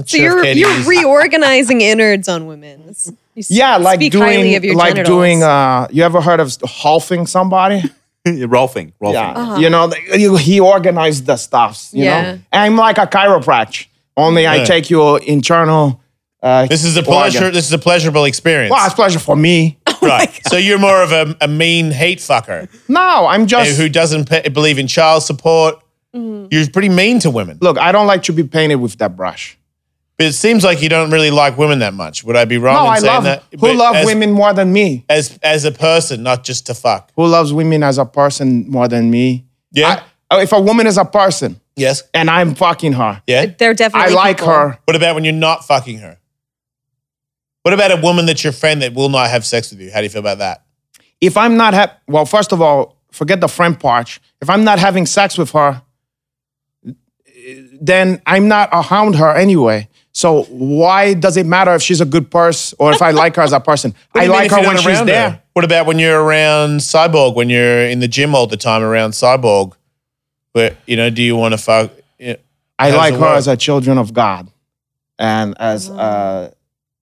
Speaker 2: sure if
Speaker 3: you're
Speaker 2: Katie
Speaker 3: you're
Speaker 2: is-
Speaker 3: reorganizing innards on women. It's- you s-
Speaker 4: Yeah, like
Speaker 3: speak highly
Speaker 4: doing,
Speaker 3: of your
Speaker 4: like
Speaker 3: genitals.
Speaker 4: doing. Uh, you ever heard of halfing somebody?
Speaker 1: Rolfing. Rolfing.
Speaker 4: Yeah, you know, the- you- he organized the stuffs. You
Speaker 3: Uh-huh. Yeah.
Speaker 4: know, I'm like a chiropractor. Only I
Speaker 2: Yeah.
Speaker 4: take your internal. Uh,
Speaker 2: This is a
Speaker 4: organ.
Speaker 2: pleasure. This is a pleasurable experience.
Speaker 4: (laughs) Well, it's pleasure for
Speaker 3: (laughs)
Speaker 4: me.
Speaker 2: right. So you're more of a, a mean hate fucker
Speaker 4: No, I'm
Speaker 2: eh,
Speaker 4: just
Speaker 2: who doesn't pe- believe in child support.
Speaker 4: Mm.
Speaker 2: You're pretty mean to women.
Speaker 4: look. I don't like to be painted with that brush.
Speaker 2: But it seems like you don't really like women that much. Would I be wrong
Speaker 4: No,
Speaker 2: in
Speaker 4: I
Speaker 2: saying
Speaker 4: love
Speaker 2: that?
Speaker 4: who
Speaker 2: But
Speaker 4: love
Speaker 2: as-
Speaker 4: women more than me.
Speaker 2: as as a person, not just to fuck.
Speaker 4: Who loves women as a person more than me?
Speaker 2: Yeah.
Speaker 4: I- if a woman is a person
Speaker 2: yes.
Speaker 4: and I'm fucking her,
Speaker 2: Yeah.
Speaker 3: They're definitely.
Speaker 4: I like
Speaker 3: people.
Speaker 4: her.
Speaker 2: What about when you're not fucking her? What about a woman that's your friend that will not have sex with you? How do you feel about that?
Speaker 4: If I'm not happy, well, first of all, forget the friend part. If I'm not having sex with her, then I'm not around her anyway. So why does it matter if she's a good person or if I like her as a person?
Speaker 2: (laughs) What do
Speaker 4: I
Speaker 2: you mean
Speaker 4: like
Speaker 2: if you're
Speaker 4: her
Speaker 2: not
Speaker 4: when she's
Speaker 2: around
Speaker 4: there.
Speaker 2: her? What about when you're around Cyborg? When you're in the gym all the time around Cyborg, where you know, do you want to fuck? Yeah.
Speaker 4: I
Speaker 2: As
Speaker 4: like
Speaker 2: a
Speaker 4: her
Speaker 2: what?
Speaker 4: as a children of God, and as uh,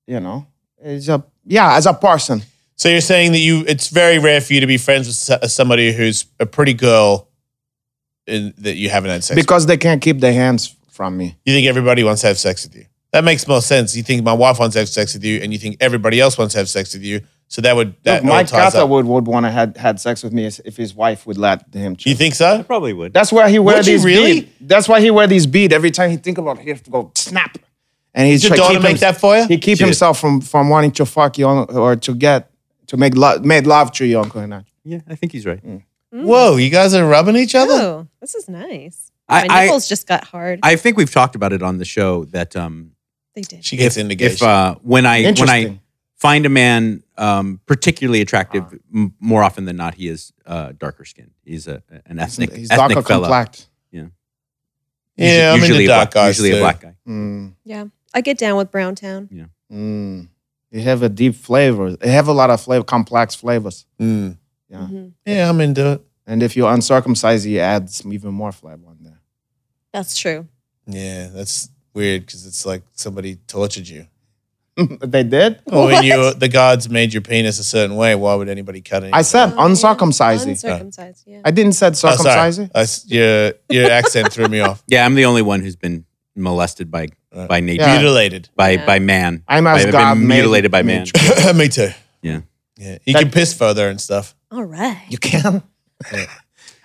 Speaker 4: you know, as a yeah, as a person.
Speaker 2: So you're saying that you it's very rare for you to be friends with so- somebody who's a pretty girl in, that you haven't had sex. with.
Speaker 4: because they can't keep their hands from me.
Speaker 2: You think everybody wants to have sex with you. That makes more sense. You think my wife wants to have sex with you, and you think everybody else wants to have sex with you. So that would that
Speaker 4: Look, Mike
Speaker 2: all ties up.
Speaker 4: Catherwood would want to had had sex with me if his wife would let him.
Speaker 2: You
Speaker 4: Choose.
Speaker 2: think so?
Speaker 1: Probably would.
Speaker 4: That's why he wear
Speaker 2: Would you
Speaker 4: these
Speaker 2: really?
Speaker 4: bead. That's why he wear these bead every time he think about it. He have to go snap, and he's
Speaker 2: Did your
Speaker 4: try-
Speaker 2: daughter
Speaker 4: keep
Speaker 2: make
Speaker 4: him-
Speaker 2: that for you?
Speaker 4: He keep
Speaker 2: She did.
Speaker 4: himself from from wanting to fuck you on- or to get to make love made love to you, Uncle Hinak.
Speaker 1: Yeah, I think he's right.
Speaker 3: Mm.
Speaker 2: Whoa, you guys are rubbing each other.
Speaker 3: Oh, this is nice.
Speaker 1: I-
Speaker 3: My
Speaker 1: I-
Speaker 3: nipples just got hard.
Speaker 1: I think we've talked about it on the show that um,
Speaker 3: they did.
Speaker 2: She gets into gay.
Speaker 1: if uh, when I when I
Speaker 4: Interesting. Ah.
Speaker 1: find a man um, particularly attractive, m- more often than not, he is uh, darker skinned. He's a, an ethnic
Speaker 4: He's darker
Speaker 1: ethnic fella.
Speaker 4: complex.
Speaker 1: Usu-
Speaker 2: yeah, I'm
Speaker 1: usually
Speaker 2: into
Speaker 1: a
Speaker 2: dark
Speaker 1: black,
Speaker 2: guys
Speaker 1: usually
Speaker 2: too.
Speaker 1: a black guy.
Speaker 4: Mm,
Speaker 3: Yeah, I get down with Brown Town.
Speaker 4: mm. They have a deep flavor. They have a lot of flavor, complex flavors.
Speaker 2: Mm.
Speaker 4: Yeah.
Speaker 3: Mm-hmm.
Speaker 2: Yeah, I'm into it.
Speaker 4: And if you're uncircumcised, he adds even more flavor on there.
Speaker 3: That's true.
Speaker 2: Yeah, that's weird because it's like somebody tortured you.
Speaker 4: (laughs) they did.
Speaker 2: Or when
Speaker 3: What?
Speaker 2: you the gods made your penis a certain way, why would anybody cut it?
Speaker 4: I said
Speaker 3: Oh, yeah.
Speaker 4: uncircumcised.
Speaker 3: Uncircumcised. Yeah.
Speaker 4: I didn't said
Speaker 2: Oh, sorry.
Speaker 4: circumcised.
Speaker 2: I s- your your accent threw me off.
Speaker 1: Yeah, I'm the only one who's been molested by
Speaker 2: Right.
Speaker 1: by nature
Speaker 4: Yeah.
Speaker 2: Mutilated.
Speaker 1: by
Speaker 3: Yeah.
Speaker 1: by man.
Speaker 4: I'm as
Speaker 1: I've been
Speaker 4: God made
Speaker 1: mutilated by
Speaker 4: me.
Speaker 1: man.
Speaker 2: me too.
Speaker 1: Yeah.
Speaker 2: Yeah, you
Speaker 4: That-
Speaker 2: can piss further and stuff.
Speaker 3: All right.
Speaker 4: You can.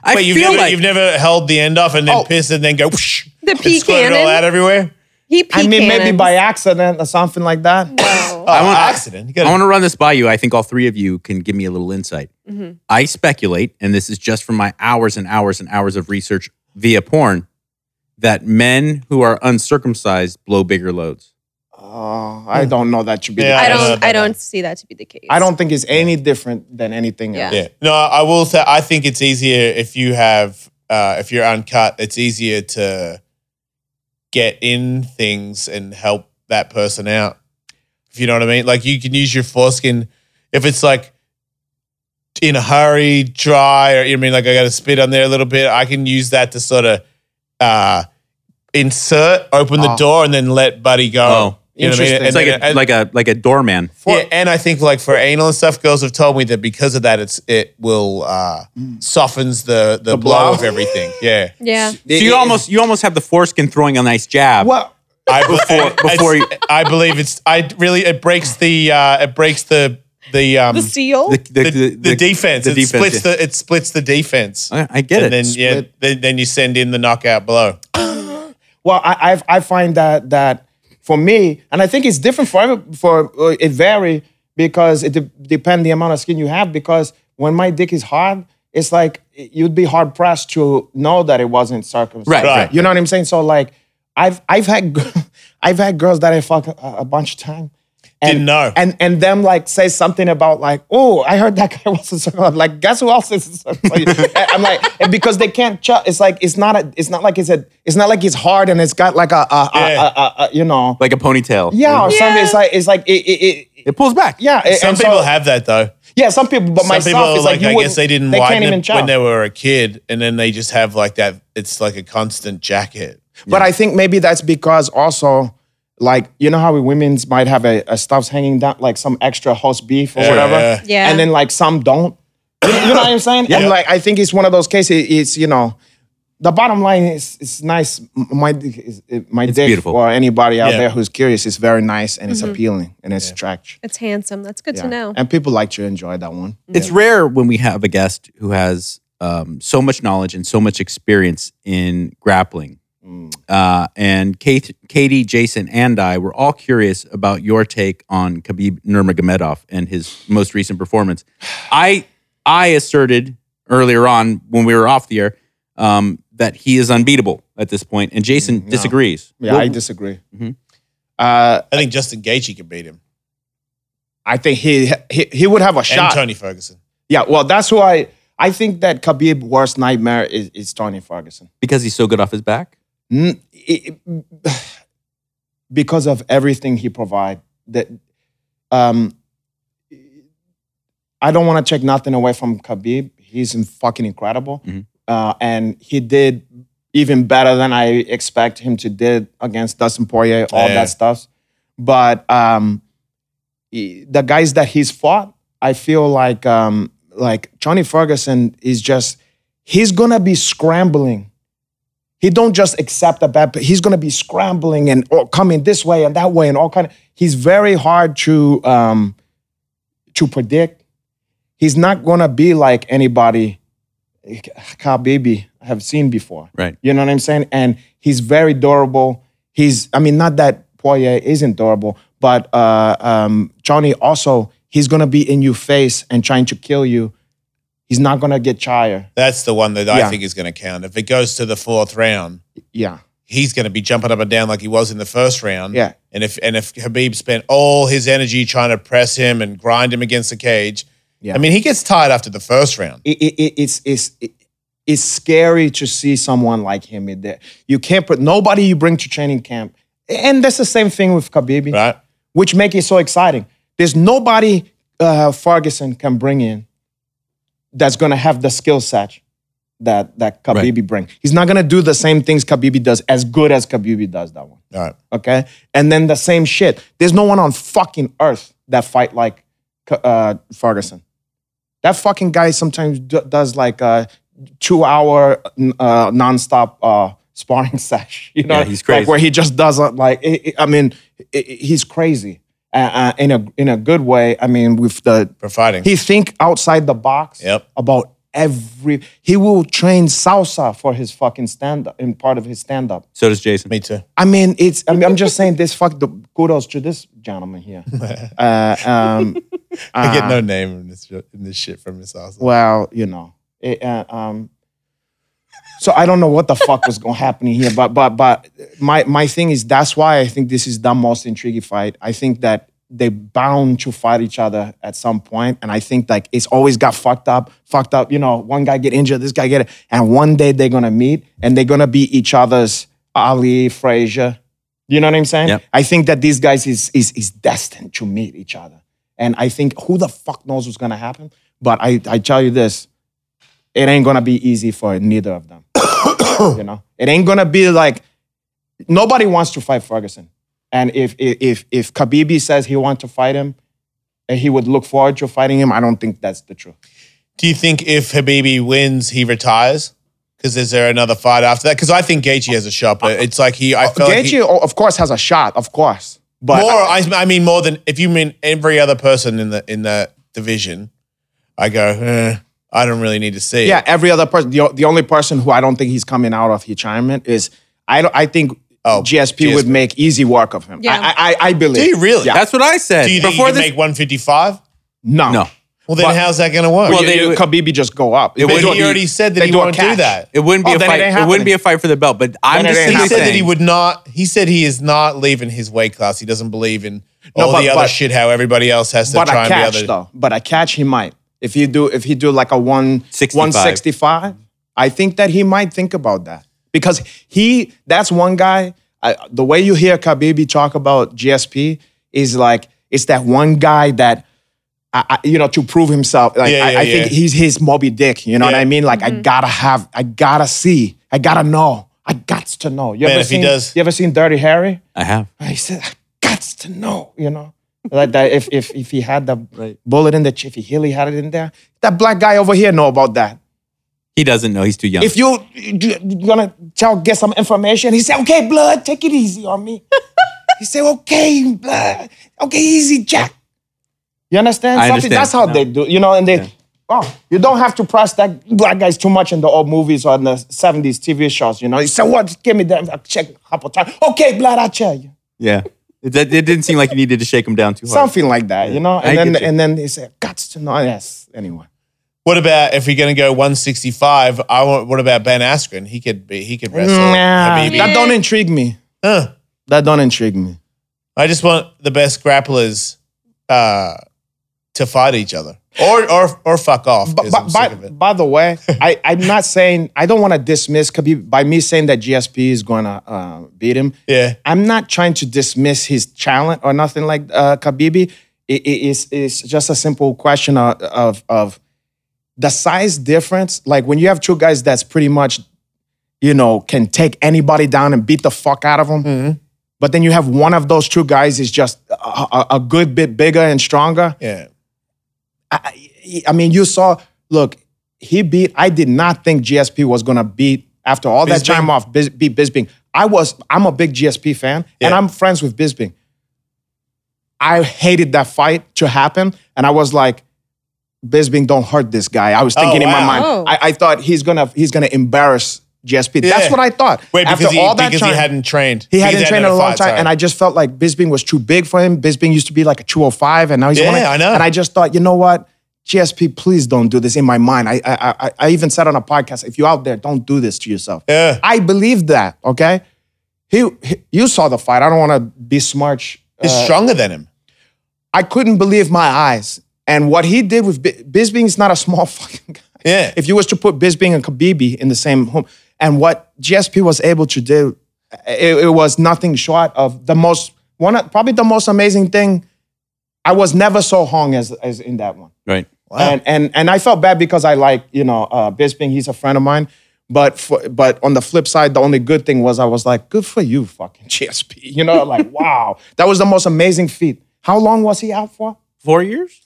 Speaker 1: I
Speaker 2: But you've
Speaker 1: feel
Speaker 2: never,
Speaker 1: like
Speaker 2: you've never held the end off and then
Speaker 4: Oh.
Speaker 2: pissed and then go whoosh,
Speaker 3: The
Speaker 2: and
Speaker 3: pea
Speaker 2: squirt it all
Speaker 3: cannon.
Speaker 2: out everywhere.
Speaker 3: He pee
Speaker 4: I mean, maybe
Speaker 3: cannons.
Speaker 4: by accident or something like that.
Speaker 3: Wow.
Speaker 2: Oh,
Speaker 1: I want-
Speaker 2: accident.
Speaker 1: I
Speaker 2: You gotta,
Speaker 1: want to run this by you. I think all three of you can give me a little insight.
Speaker 3: Mhm.
Speaker 1: I speculate, and this is just from my hours and hours and hours of research via porn, that men who are uncircumcised blow bigger loads.
Speaker 4: Oh, I don't know that should be.
Speaker 2: Hmm. Yeah,
Speaker 4: the
Speaker 3: I
Speaker 4: case.
Speaker 2: know
Speaker 3: don't.
Speaker 2: about
Speaker 3: I don't see that to be the case.
Speaker 4: I don't think it's any different than anything
Speaker 3: Yeah.
Speaker 4: else.
Speaker 2: yeah. No, I will say I think it's easier if you have uh, if you're uncut. It's easier to get in things and help that person out. If you know what I mean, like you can use your foreskin if it's like in a hurry, dry, or you know what I mean like I got to spit on there a little bit. I can use that to sort of uh, insert, open the
Speaker 4: Oh.
Speaker 2: door, and then let buddy go.
Speaker 1: Oh.
Speaker 2: you know what I mean?
Speaker 4: Interesting.
Speaker 2: And
Speaker 1: It's like
Speaker 2: then-
Speaker 1: a
Speaker 2: and-
Speaker 1: like a like a doorman.
Speaker 2: yeah, and I think like for anal and stuff, girls have told me that because of that, it's it will uh, softens the the, blow
Speaker 4: blow.
Speaker 2: of everything. Yeah,
Speaker 3: Yeah.
Speaker 1: So you almost you almost have the foreskin throwing a nice jab.
Speaker 4: Well,
Speaker 2: I before
Speaker 1: before you-
Speaker 2: I believe it's I really it breaks the uh, it breaks the the um
Speaker 3: The
Speaker 2: the,
Speaker 3: seal.
Speaker 1: The, the,
Speaker 2: the,
Speaker 1: the- the-
Speaker 2: defense.
Speaker 1: the
Speaker 2: it
Speaker 1: defense,
Speaker 2: splits
Speaker 1: yeah.
Speaker 2: the it splits the defense,
Speaker 1: I, I get
Speaker 2: and
Speaker 1: it.
Speaker 2: then yeah,
Speaker 4: Split.
Speaker 2: then, then you send in the knockout blow.
Speaker 4: well, I I've, I find that that for me, and I think it's different for every, for uh, it vary because it de- depend the amount of skin you have. Because when my dick is hard, it's like you'd be hard pressed to know that it wasn't circumcised.
Speaker 1: Right,
Speaker 2: Right.
Speaker 4: You know what I'm saying? So like, I've I've had g- (laughs) I've had girls that I fuck a, a bunch of time. And,
Speaker 2: Didn't know.
Speaker 4: And and them like say something about like, oh, I heard that guy (laughs) was in circle. I'm like, guess who else is in circle?
Speaker 2: (laughs)
Speaker 4: I'm like, and because they can't ch- it's like it's not a, it's not like it's a it's not like it's hard and it's got like a, a, a-
Speaker 2: Yeah.
Speaker 4: a- a- a- you know
Speaker 1: like a ponytail. Mm-hmm.
Speaker 4: yeah or
Speaker 3: Yeah.
Speaker 4: something. It's like it's like it, it, it
Speaker 1: it pulls back.
Speaker 4: yeah. and-
Speaker 2: Some
Speaker 4: and so-
Speaker 2: people have that though.
Speaker 4: yeah, some people, but
Speaker 2: Some
Speaker 4: myself
Speaker 2: people
Speaker 4: it's
Speaker 2: like,
Speaker 4: you
Speaker 2: I guess
Speaker 4: wouldn't-
Speaker 2: they didn't
Speaker 4: they
Speaker 2: widen
Speaker 4: can't even
Speaker 2: it when
Speaker 4: jump.
Speaker 2: they were a kid, and then they just have like that. It's like a constant jacket.
Speaker 4: But I think maybe that's because also, like, you know how we women's might have a, a stuffs hanging down, like some extra horse beef or whatever.
Speaker 2: yeah.
Speaker 3: Yeah.
Speaker 4: And then like some don't. You know what I'm saying? And like I think it's one of those cases. It's you know, the bottom line is it's nice. M- My dick is it- my dick
Speaker 1: beautiful.
Speaker 4: or anybody out
Speaker 2: Yeah.
Speaker 4: there who's curious is very nice and it's appealing and it's attractive.
Speaker 3: It's handsome. That's Mm-hmm. good to know.
Speaker 4: And people like to enjoy that one.
Speaker 2: Mm.
Speaker 1: It's rare when we have a guest who has um, so much knowledge and so much experience in grappling.
Speaker 4: Mm.
Speaker 1: Uh, and Kate, Katie, Jason, and I were all curious about your take on Khabib Nurmagomedov and his most recent performance. I I asserted earlier on when we were off the air um, that he is unbeatable at this point, and Jason disagrees.
Speaker 4: Mm, Yeah,
Speaker 1: Well,
Speaker 4: I disagree.
Speaker 2: mm-hmm.
Speaker 1: Mhm.
Speaker 4: Uh,
Speaker 2: I think Justin Gaethje could beat him,
Speaker 4: I think he, he he would have a shot.
Speaker 2: and Tony Ferguson.
Speaker 4: Yeah, well, that's who I I think that Khabib's worst nightmare is, is Tony Ferguson.
Speaker 1: because he's so good off his back.
Speaker 4: N- it- (sighs) it- because of everything he provide that um I don't want to take nothing away from Khabib. He's in- fucking incredible.
Speaker 2: Mm-hmm.
Speaker 1: Mhm.
Speaker 4: Uh, and he did even better than I expect him to did against Dustin Poirier, all
Speaker 2: Yeah.
Speaker 4: that stuff. But um, he- the guys that he's fought, I feel like um, like Johnny Ferguson is just he's gonna be scrambling. He don't just accept a bad, but he's gonna be scrambling and or coming this way and that way and all kind of. He's very hard to um, to predict. He's not gonna be like anybody, Khabib, I have seen before.
Speaker 1: Right.
Speaker 4: You know what I'm saying? And he's very durable. He's, I mean, not that Poirier isn't durable, but uh, um, Johnny also, he's gonna be in your face and trying to kill you. He's not gonna get tired.
Speaker 2: That's the one that I
Speaker 4: Yeah.
Speaker 2: think is going to count. If it goes to the fourth round,
Speaker 4: Yeah.
Speaker 2: he's going to be jumping up and down like he was in the first round.
Speaker 4: Yeah.
Speaker 2: And if and if Habib spent all his energy trying to press him and grind him against the cage,
Speaker 4: Yeah.
Speaker 2: I mean, he gets tired after the first round.
Speaker 4: It, it, it, it's, it's, it, it's scary to see someone like him in there. You can't put nobody you bring to training camp. And that's the same thing with Khabib.
Speaker 2: Right?
Speaker 4: which make it so exciting. There's nobody uh, Ferguson can bring in that's gonna have the skill set that that Khabib bring. He's not gonna do the same things Khabib does as good as Khabib does that one.
Speaker 2: All right.
Speaker 4: Okay, and then the same shit. There's no one on fucking earth that fight like uh, Ferguson. That fucking guy sometimes d- does like a two hour uh, nonstop uh, sparring (laughs) sesh. You know,
Speaker 1: Yeah, he's
Speaker 4: Like
Speaker 1: crazy.
Speaker 4: where he just doesn't like. It, it- I mean, it, it- he's crazy uh, uh, in a in a good way. I mean, with the
Speaker 2: For fighting.
Speaker 4: he think outside the box
Speaker 2: Yep.
Speaker 4: about every. He will train salsa for his fucking stand up in part of his stand up.
Speaker 1: So does Jason.
Speaker 2: Me too.
Speaker 4: I mean, it's. I mean, I'm just saying this. Fuck the kudos to this gentleman here. Uh, um,
Speaker 2: I get
Speaker 4: uh,
Speaker 2: no name in this, in this shit from this house.
Speaker 4: Well, you know. It, uh, um, so I don't know what the fuck was going to happen here, but but but my my thing is that's why I think this is the most intriguing fight. I think that they bound to fight each other at some point, and I think like it's always got fucked up, fucked up. You know, one guy get injured, this guy get it, and one day they're gonna meet and they're gonna be each other's Ali Frazier. You know what I'm saying?
Speaker 1: Yep.
Speaker 4: I think that these guys is is is destined to meet each other, and I think who the fuck knows what's gonna happen. But I I tell you this, it ain't gonna be easy for neither of them. (coughs) you know, it ain't gonna be like nobody wants to fight Ferguson. And if if if Khabib says he wants to fight him, and he would look forward to fighting him, I don't think that's the truth.
Speaker 2: Do you think if Habibi wins, he retires? Because is there another fight after that? Because I think Gaethje has a shot, but it's like he. I felt like
Speaker 4: Uh, oh, Gaethje,
Speaker 2: he-
Speaker 4: o- of course, has a shot, of course, but
Speaker 2: more. I, I mean, more than if you mean every other person in the in the division. I go. Eh, I don't really need to see.
Speaker 4: yeah,
Speaker 2: it.
Speaker 4: every other person, the, o- the only person who I don't think he's coming out of retirement is I don't. I think
Speaker 2: Oh,
Speaker 4: GSP, would
Speaker 2: GSP.
Speaker 4: make easy work of him.
Speaker 3: Yeah.
Speaker 4: I, I I I believe.
Speaker 2: Do you really?
Speaker 4: Yeah.
Speaker 1: That's what I said.
Speaker 2: Do you think
Speaker 1: Before
Speaker 2: he can
Speaker 1: this-
Speaker 2: make 155?
Speaker 4: No.
Speaker 1: No.
Speaker 2: Well, then
Speaker 4: But-
Speaker 2: how's that going to work?
Speaker 4: Well,
Speaker 2: Well,
Speaker 1: you- you-
Speaker 4: they, Khabib just go up. It
Speaker 2: but
Speaker 1: would
Speaker 2: he
Speaker 1: be-
Speaker 2: already said that
Speaker 4: they
Speaker 2: he
Speaker 4: do a
Speaker 2: won't do
Speaker 4: catch.
Speaker 2: that.
Speaker 1: It wouldn't be
Speaker 4: Oh,
Speaker 1: a
Speaker 4: then it
Speaker 1: fight.
Speaker 4: ain't
Speaker 1: It, wouldn't
Speaker 4: happening.
Speaker 1: be a fight for the belt. But I'm
Speaker 4: Then it
Speaker 1: just simply
Speaker 4: ain't
Speaker 2: He
Speaker 4: happening.
Speaker 2: said that he
Speaker 1: saying-
Speaker 2: would not. He said he is not leaving his weight class. He doesn't believe in
Speaker 4: No,
Speaker 2: all
Speaker 4: but-
Speaker 2: the other
Speaker 4: but-
Speaker 2: shit. How everybody else has to
Speaker 4: but
Speaker 2: try
Speaker 4: a
Speaker 2: and be
Speaker 4: catch
Speaker 2: other.
Speaker 4: though. But a catch he might. If you do, if he do like a one
Speaker 1: 65.
Speaker 4: 165, I think that he might think about that because he that's one guy. I, the way you hear Khabib talk about GSP is like it's that one guy that. I, I, you know, to prove himself, like
Speaker 2: Yeah,
Speaker 4: I,
Speaker 2: yeah,
Speaker 4: I think
Speaker 2: yeah.
Speaker 4: he's his Moby Dick. You know what
Speaker 2: Yeah.
Speaker 4: I mean? Like I gotta have, I gotta see, I gotta know, I got to know. You
Speaker 2: Man,
Speaker 4: ever
Speaker 2: if he
Speaker 4: seen?
Speaker 2: does-
Speaker 4: You ever seen Dirty Harry?
Speaker 1: I have.
Speaker 4: I said, I got to know, you know. Like that, if if if he had the
Speaker 1: Right.
Speaker 4: bullet in the ch- if he really had it in there, that black guy over here know about that.
Speaker 1: He doesn't know. He's too young.
Speaker 4: If you you- you gonna tell get some information, he said, okay, blood, take it easy on
Speaker 1: (laughs)
Speaker 4: me. he said, okay, blood, okay, easy, Jack. You understand?
Speaker 1: I
Speaker 4: Something-
Speaker 1: understand.
Speaker 4: That's how
Speaker 1: No.
Speaker 4: they do, you know. And they, oh, you don't have to press that black guys too much in the old movies or in the '70s TV shows. You know, he said, what? Give me that. I check. couple times. Okay, blood, I will tell you.
Speaker 1: yeah, it, it didn't seem like you needed to shake him down too hard.
Speaker 4: something like that, you know.
Speaker 1: I
Speaker 4: And then
Speaker 1: get you.
Speaker 4: and then they say, "Guts to know." Yes, anyway.
Speaker 2: What about if you're going to go 165? I want. What about Ben Askren? He could be. He could wrestle.
Speaker 4: Nah,
Speaker 2: Khabib.
Speaker 4: that don't intrigue me.
Speaker 2: Huh.
Speaker 4: That don't intrigue me.
Speaker 2: I just want the best grapplers uh, to fight each other, or or or fuck off.
Speaker 4: But,
Speaker 2: 'cause I'm
Speaker 4: but,
Speaker 2: sick of
Speaker 4: by,
Speaker 2: it.
Speaker 4: by the way, I, I'm not saying I don't want to dismiss Khabib by me saying that GSP is going to uh, beat him.
Speaker 2: Yeah.
Speaker 4: I'm not trying to dismiss his talent or nothing like uh, Khabibi. It, it- it's, it's just a simple question of, of of the size difference. Like when you have two guys that's pretty much, you know, can take anybody down and beat the fuck out of them. But then you have one of those two guys is just a, a, a good bit bigger and stronger.
Speaker 2: Yeah.
Speaker 4: I- I mean, you saw. Look, he beat. I did not think GSP was gonna beat after all that
Speaker 2: Bisping?
Speaker 4: time off. Bis, beat Bisbing. I was. I'm a big GSP fan, and
Speaker 2: Yeah.
Speaker 4: I'm friends with Bisbing. I hated that fight to happen, and I was like, Bisbing, don't hurt this guy. I was thinking in
Speaker 2: wow.
Speaker 4: my mind.
Speaker 3: Oh.
Speaker 4: I, I thought he's gonna he's gonna embarrass GSP.
Speaker 2: Yeah.
Speaker 4: That's what I thought.
Speaker 2: Wait, because, he, because he
Speaker 4: time-
Speaker 2: hadn't trained.
Speaker 4: he
Speaker 2: Because
Speaker 4: hadn't trained in a long time, and I just felt like Bisbing was too big for him. Bisbing used to be like a 205, and now he's
Speaker 2: Yeah,
Speaker 4: one. oh
Speaker 2: I know.
Speaker 4: And I just thought, you know what, GSP, please don't do this. In my mind, I I I, I even said on a podcast, if you're out there, don't do this to yourself.
Speaker 2: Yeah.
Speaker 4: I believe that. Okay, he, he- you saw the fight. I don't want to be smart.
Speaker 2: he's stronger than him.
Speaker 4: I couldn't believe my eyes. And what he did with Bi- Bisbing is not a small (laughs) fucking guy.
Speaker 2: Yeah.
Speaker 4: If you was to put Bisbing and Khabibi in the same home, and what GSP was able to do, it, it was nothing short of the most one, of- probably the most amazing thing. I was never so hung as as in that one,
Speaker 1: right.
Speaker 4: and and and I felt bad because I like you know uh, Bisping, he's a friend of mine. But for, but on the flip side, the only good thing was I was like, good for you, fucking GSP. (laughs) You know, like wow, that was the most amazing feat. How long was he out for?
Speaker 1: Four years.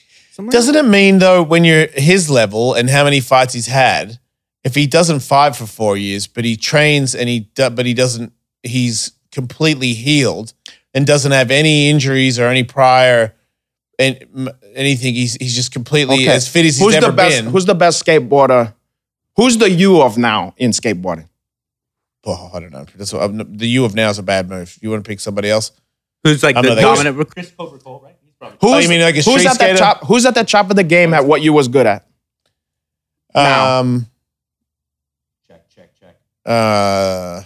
Speaker 2: Doesn't it mean though, when you're his level and how many fights he's had, if he doesn't fight for four years, but he trains and he do- but he doesn't, he's completely healed and doesn't have any injuries or any prior and m- anything. He's he's just completely
Speaker 4: Okay.
Speaker 2: as fit as he's
Speaker 4: who's
Speaker 2: ever
Speaker 4: the best,
Speaker 2: been.
Speaker 4: Who's the best skateboarder? Who's the you of now in skateboarding?
Speaker 2: oh, I don't know. That's what, I'm- the you of now is a bad move. You want to pick somebody else?
Speaker 1: Who's like
Speaker 2: I'm
Speaker 1: the
Speaker 2: not-
Speaker 1: dominant? Chris Covercole, right? He's probably
Speaker 4: Who's,
Speaker 2: Oh, you mean like a
Speaker 4: who's
Speaker 2: street
Speaker 4: at the
Speaker 2: skater?
Speaker 4: top? Who's at the top of the game at what you was good at? Now.
Speaker 2: Um,
Speaker 1: check, check, check.
Speaker 2: uh,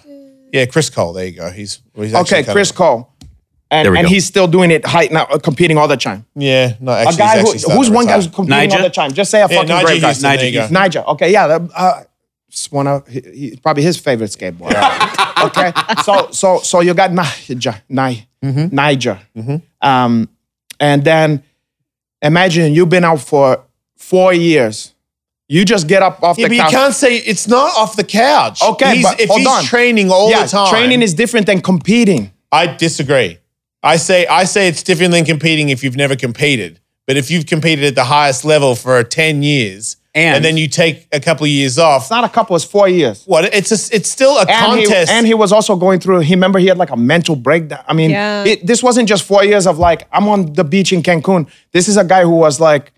Speaker 2: yeah, Chris Cole. There you go. He's, he's actually
Speaker 4: Okay,
Speaker 2: kind
Speaker 4: Chris
Speaker 2: Of,
Speaker 4: Cole, and
Speaker 1: There we
Speaker 4: and
Speaker 1: go.
Speaker 4: he's still doing it, height now, uh, competing all the time.
Speaker 2: yeah, no, actually,
Speaker 4: A
Speaker 2: he's
Speaker 4: guy who,
Speaker 2: actually starting
Speaker 4: who's
Speaker 2: to
Speaker 4: one guy
Speaker 2: retire.
Speaker 4: who's competing
Speaker 1: Niger?
Speaker 4: all the time. Just say a
Speaker 2: Yeah,
Speaker 4: fucking
Speaker 2: Nigel
Speaker 4: great guy.
Speaker 2: Houston, there you go.
Speaker 4: Niger. Okay, yeah, that- uh, it's one of he, he- probably his favorite skateboarder. (laughs) okay, so so so you got Niger, Ni,
Speaker 2: Mm-hmm.
Speaker 4: Niger, um, and then imagine you've been out for four years. You just get up off
Speaker 2: Yeah,
Speaker 4: the
Speaker 2: but
Speaker 4: couch.
Speaker 2: you can't say it's not off the couch.
Speaker 4: Okay,
Speaker 2: He's-
Speaker 4: but
Speaker 2: if
Speaker 4: hold
Speaker 2: he's
Speaker 4: on.
Speaker 2: training all
Speaker 4: yeah,
Speaker 2: the time,
Speaker 4: training is different than competing.
Speaker 2: I disagree. I say I say it's different than competing if you've never competed. But if you've competed at the highest level for ten years
Speaker 1: And-
Speaker 2: then you take a couple of years off,
Speaker 4: It's not a couple; it's four years.
Speaker 2: what? It's a, it's still a
Speaker 4: and
Speaker 2: contest.
Speaker 4: He, and he was also going through. He remember he had like a mental breakdown. I mean,
Speaker 3: Yeah.
Speaker 4: it, this wasn't just four years of like I'm on the beach in Cancun. This is a guy who was like,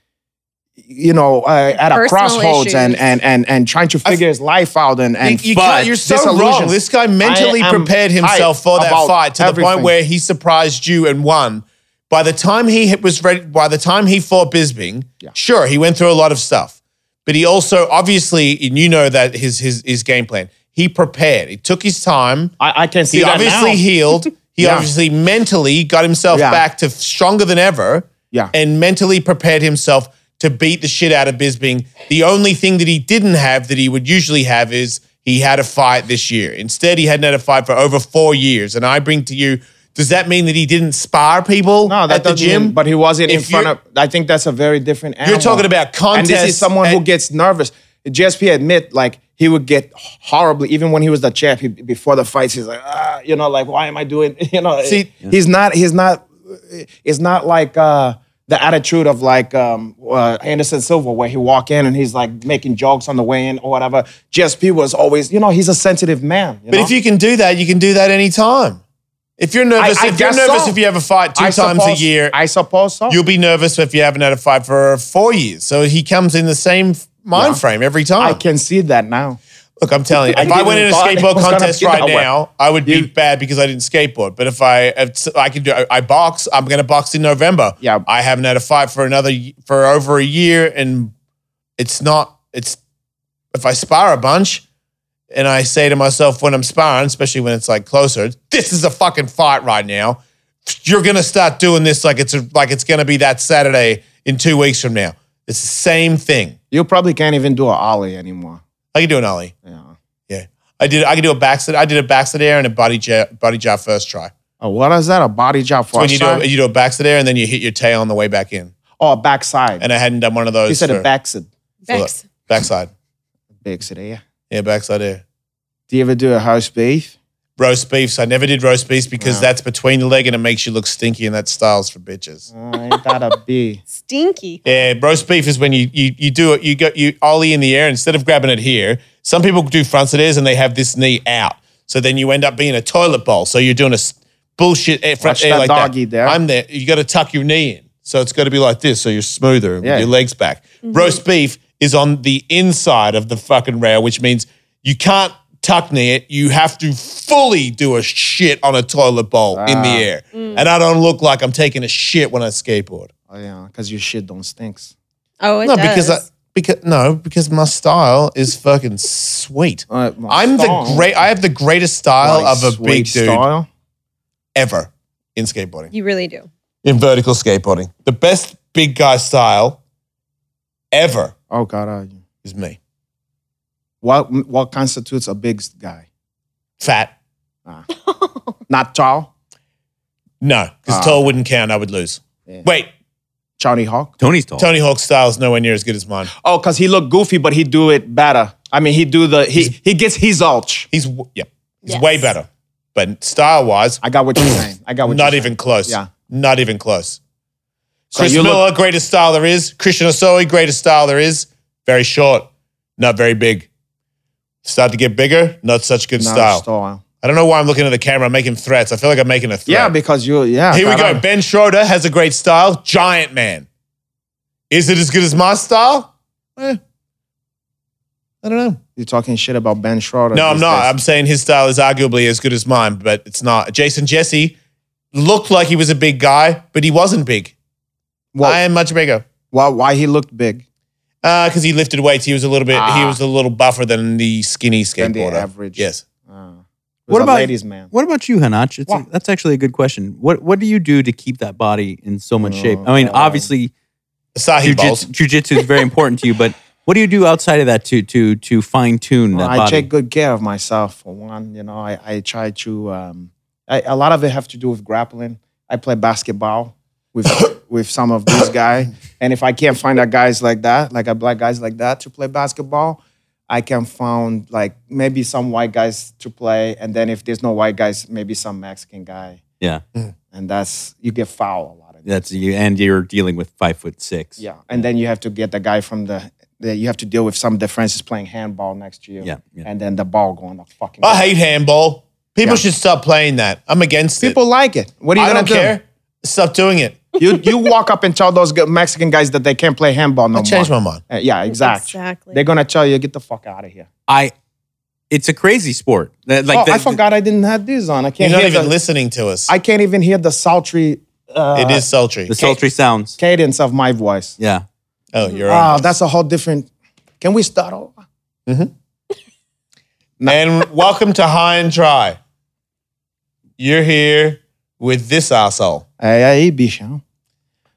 Speaker 4: you know, uh, at a
Speaker 3: Personal
Speaker 4: crossroads and
Speaker 3: issues.
Speaker 4: and and and trying to figure his life out and and
Speaker 2: you
Speaker 1: but
Speaker 2: can't, you're so wrong.
Speaker 4: disillusioned.
Speaker 2: This guy mentally
Speaker 4: I am
Speaker 2: prepared himself
Speaker 4: hyped
Speaker 2: for that
Speaker 4: about
Speaker 2: fight to the
Speaker 4: everything.
Speaker 2: point where he surprised you and won. By the time he hit- was ready, by the time he fought Bisbing,
Speaker 4: Yeah.
Speaker 2: sure, he went through a lot of stuff, but he also obviously, and you know that his his his game plan. He prepared. He took his time.
Speaker 4: I, I can see
Speaker 2: He
Speaker 4: that
Speaker 2: obviously
Speaker 4: now. (laughs)
Speaker 2: healed. He
Speaker 4: Yeah.
Speaker 2: obviously mentally got himself
Speaker 4: Yeah.
Speaker 2: back to stronger than ever
Speaker 4: yeah.
Speaker 2: and mentally prepared himself to beat the shit out of Bisbing. The only thing that he didn't have that he would usually have is he had a fight this year. Instead, he hadn't had a fight for over four years. And I bring to you, does that mean that he didn't spar people
Speaker 4: no, that
Speaker 2: at the
Speaker 4: doesn't mean-
Speaker 2: gym?
Speaker 4: but he wasn't in
Speaker 2: If
Speaker 4: front
Speaker 2: you-
Speaker 4: of. I think that's a very different animal.
Speaker 2: talking about
Speaker 4: And this
Speaker 2: contests
Speaker 4: is someone who
Speaker 2: and-
Speaker 4: gets nervous. GSP admit like he would get horribly even when he was the champ. He, before the fights, he's like, ah, you know, like why am I doing? (laughs) You know,
Speaker 2: See-
Speaker 4: he's not. He's not. It's not like. uh the attitude of like um, uh, Anderson Silva, where he walk in and he's like making jokes on the way in or whatever. GSP was always, you know, he's a sensitive man.
Speaker 2: but if you can do that, you can do that anytime. If you're nervous,
Speaker 4: I
Speaker 2: if you're
Speaker 4: guess
Speaker 2: nervous
Speaker 4: so.
Speaker 2: if you have a fight two
Speaker 4: I
Speaker 2: times
Speaker 4: suppose-
Speaker 2: a year,
Speaker 4: I suppose so.
Speaker 2: you'll be nervous if you haven't had a fight for four years. So he comes in the same f- mind frame every time.
Speaker 4: I can see that now.
Speaker 2: Look, I'm telling you,
Speaker 4: I
Speaker 2: if I
Speaker 4: didn't
Speaker 2: went in a
Speaker 4: thought it
Speaker 2: skateboard
Speaker 4: was gonna
Speaker 2: contest
Speaker 4: be that
Speaker 2: right
Speaker 4: way.
Speaker 2: now, I would be bad because I didn't skateboard. But if I, if I can do, I, I box. I'm going to box in November.
Speaker 4: Yeah.
Speaker 2: I haven't had a fight for another y- for over a year, and it's not. It's if I spar a bunch, and I say to myself when I'm sparring, especially when it's like closer, this is a fucking fight right now. You're going to start doing this like it's a, like it's going to be that Saturday in two weeks from now. It's the same thing.
Speaker 4: You probably can't even do an ollie anymore.
Speaker 2: I can do an ollie.
Speaker 4: Yeah.
Speaker 2: Yeah, I did. I could do a backside. I did a backside air and a body jab, body jab first try.
Speaker 4: Oh, what is that? A body job for
Speaker 2: So
Speaker 4: a
Speaker 2: when you do a, you do a backside air and then you hit your tail on the way back in.
Speaker 4: Oh, a backside.
Speaker 2: And I hadn't done one of those.
Speaker 4: You said
Speaker 2: for-
Speaker 4: a backside.
Speaker 3: Vex.
Speaker 2: backside.
Speaker 4: Backside, yeah.
Speaker 2: Yeah, backside air.
Speaker 4: Do you ever do a house beef?
Speaker 2: Roast beefs. I never did roast beefs because
Speaker 4: Wow.
Speaker 2: that's between the leg and it makes you look stinky, and that styles for bitches.
Speaker 4: Oh, ain't that a (laughs) bee?
Speaker 3: Stinky.
Speaker 2: Yeah, roast beef is when you you you do it. You go you ollie in the air instead of grabbing it here. Some people do front sit airs and they have this knee out, so then you end up being a toilet bowl. So you're doing a s- bullshit air front
Speaker 4: Watch
Speaker 2: air
Speaker 4: that
Speaker 2: like
Speaker 4: doggy
Speaker 2: that.
Speaker 4: there.
Speaker 2: I'm there. You got to tuck your knee in, so it's got to be like this, so you're smoother with
Speaker 4: Yeah.
Speaker 2: your legs back. Roast beef is on the inside of the fucking rail, which means you can't tuck knee it. You have to fully do a shit on a toilet bowl in
Speaker 4: Ah.
Speaker 2: the air,
Speaker 3: Mm.
Speaker 2: and I don't look like I'm taking a shit when I skateboard.
Speaker 4: Oh, yeah, because your shit don't stinks.
Speaker 3: Oh, it
Speaker 2: No,
Speaker 3: does.
Speaker 2: because I, because no, because my style is fucking sweet.
Speaker 4: Uh, my
Speaker 2: I'm the
Speaker 4: style.
Speaker 2: great. I have the greatest style
Speaker 4: Bloody
Speaker 2: of a big
Speaker 4: sweet
Speaker 2: dude
Speaker 4: style.
Speaker 2: ever in skateboarding,
Speaker 3: you really do.
Speaker 2: in vertical skateboarding. The best big guy style ever
Speaker 4: Oh, God. Are you?
Speaker 2: is me.
Speaker 4: What, what constitutes a big guy?
Speaker 2: Fat.
Speaker 4: Not tall?
Speaker 2: No, because
Speaker 4: Ah.
Speaker 2: tall wouldn't count. I would lose.
Speaker 4: Yeah.
Speaker 2: Wait,
Speaker 4: Johnny Hawk?
Speaker 1: Tony's tall.
Speaker 2: Tony Hawk's style is nowhere near as good as mine.
Speaker 4: Oh, because he look goofy, but he do it better. I mean, he do the, he, he gets his ulch.
Speaker 2: He's w- yeah, he's
Speaker 3: Yes.
Speaker 2: way better. But style wise,
Speaker 4: I got what you're saying. I got what
Speaker 2: not
Speaker 4: you're saying.
Speaker 2: even close.
Speaker 4: Yeah.
Speaker 2: Not even close.
Speaker 4: So
Speaker 2: Chris
Speaker 4: you look-
Speaker 2: Miller, greatest style there is. Christian Osoi, greatest style there is. Very short, not very big. Start to get bigger, not such good
Speaker 4: Not
Speaker 2: style.
Speaker 4: style.
Speaker 2: I don't know why I'm looking at the camera. I'm making threats. I feel like I'm making a threat.
Speaker 4: Yeah, because you, yeah.
Speaker 2: Here we
Speaker 4: gotta-
Speaker 2: go. Ben Schroeder has a great style. Giant man. Is it as good as my style? Eh. I don't know.
Speaker 4: You're talking shit about Ben Schroeder.
Speaker 2: No, I'm
Speaker 4: these
Speaker 2: not.
Speaker 4: days.
Speaker 2: I'm saying his style is arguably as good as mine, but it's not. Jason Jesse looked like he was a big guy, but he wasn't big.
Speaker 4: Well,
Speaker 2: I am much bigger
Speaker 4: why, why he looked big
Speaker 2: because Uh, he lifted weights. He was a little bit. He
Speaker 4: Ah.
Speaker 2: was a little buffer than the skinny skateboarder.
Speaker 4: than the average.
Speaker 2: Yes.
Speaker 4: Uh,
Speaker 1: What
Speaker 4: what
Speaker 1: about-
Speaker 4: about ladies, man?
Speaker 1: What about you, Hanach? It's
Speaker 4: What?
Speaker 1: that's actually a good question. What What do you do to keep that body in so much shape? I mean,
Speaker 4: Oh,
Speaker 1: obviously,
Speaker 2: Asahi balls.
Speaker 1: jujitsu jujitsu is very important to you, but what do you do outside of that to to to fine tune
Speaker 4: Well,
Speaker 1: that
Speaker 4: I
Speaker 1: body?
Speaker 4: take good care of myself for one. You know, I, I try to. Um, I, a lot of it have to do with grappling. I play basketball
Speaker 2: (coughs)
Speaker 4: with with some of these guys, and if I can't find a guys like that, like a black guys like that to play basketball, I can find like maybe some white guys to play, and then if there's no white guys, maybe some Mexican guy,
Speaker 1: yeah,
Speaker 4: and that's you get foul a lot. Of
Speaker 1: that's you, and you're dealing with five foot six.
Speaker 4: Yeah, and then you have to get the guy from the. the- You have to deal with some of the friends is playing handball next to you.
Speaker 1: Yeah, yeah.
Speaker 4: And then the ball going the fucking.
Speaker 2: I hate handball. People should stop playing that. I'm against
Speaker 4: People like it. What
Speaker 2: it.
Speaker 4: are you
Speaker 2: I
Speaker 4: gonna
Speaker 2: don't care. Stop doing it.
Speaker 4: do? You you walk up and tell those g- Mexican guys that they can't play handball no
Speaker 2: I changed
Speaker 4: more.
Speaker 2: my mind.
Speaker 4: Uh, yeah, exactly.
Speaker 3: Exactly.
Speaker 4: They're gonna tell you get the fuck out of here.
Speaker 1: I. It's a crazy sport. That- Like
Speaker 4: oh,
Speaker 1: the-
Speaker 4: I forgot I didn't have these on. I
Speaker 2: You're
Speaker 4: can't
Speaker 2: not
Speaker 4: hear
Speaker 2: even
Speaker 4: the,
Speaker 2: listening to us.
Speaker 4: I can't even hear the sultry uh,
Speaker 2: it is sultry.
Speaker 1: The sultry sounds.
Speaker 4: cadence of my voice.
Speaker 1: Yeah.
Speaker 2: Oh, you're
Speaker 4: Ah,
Speaker 2: right.
Speaker 4: that's a whole different. Can we start over?
Speaker 2: And welcome to High and Dry. You're here with this asshole.
Speaker 4: Hey, hey, bicho.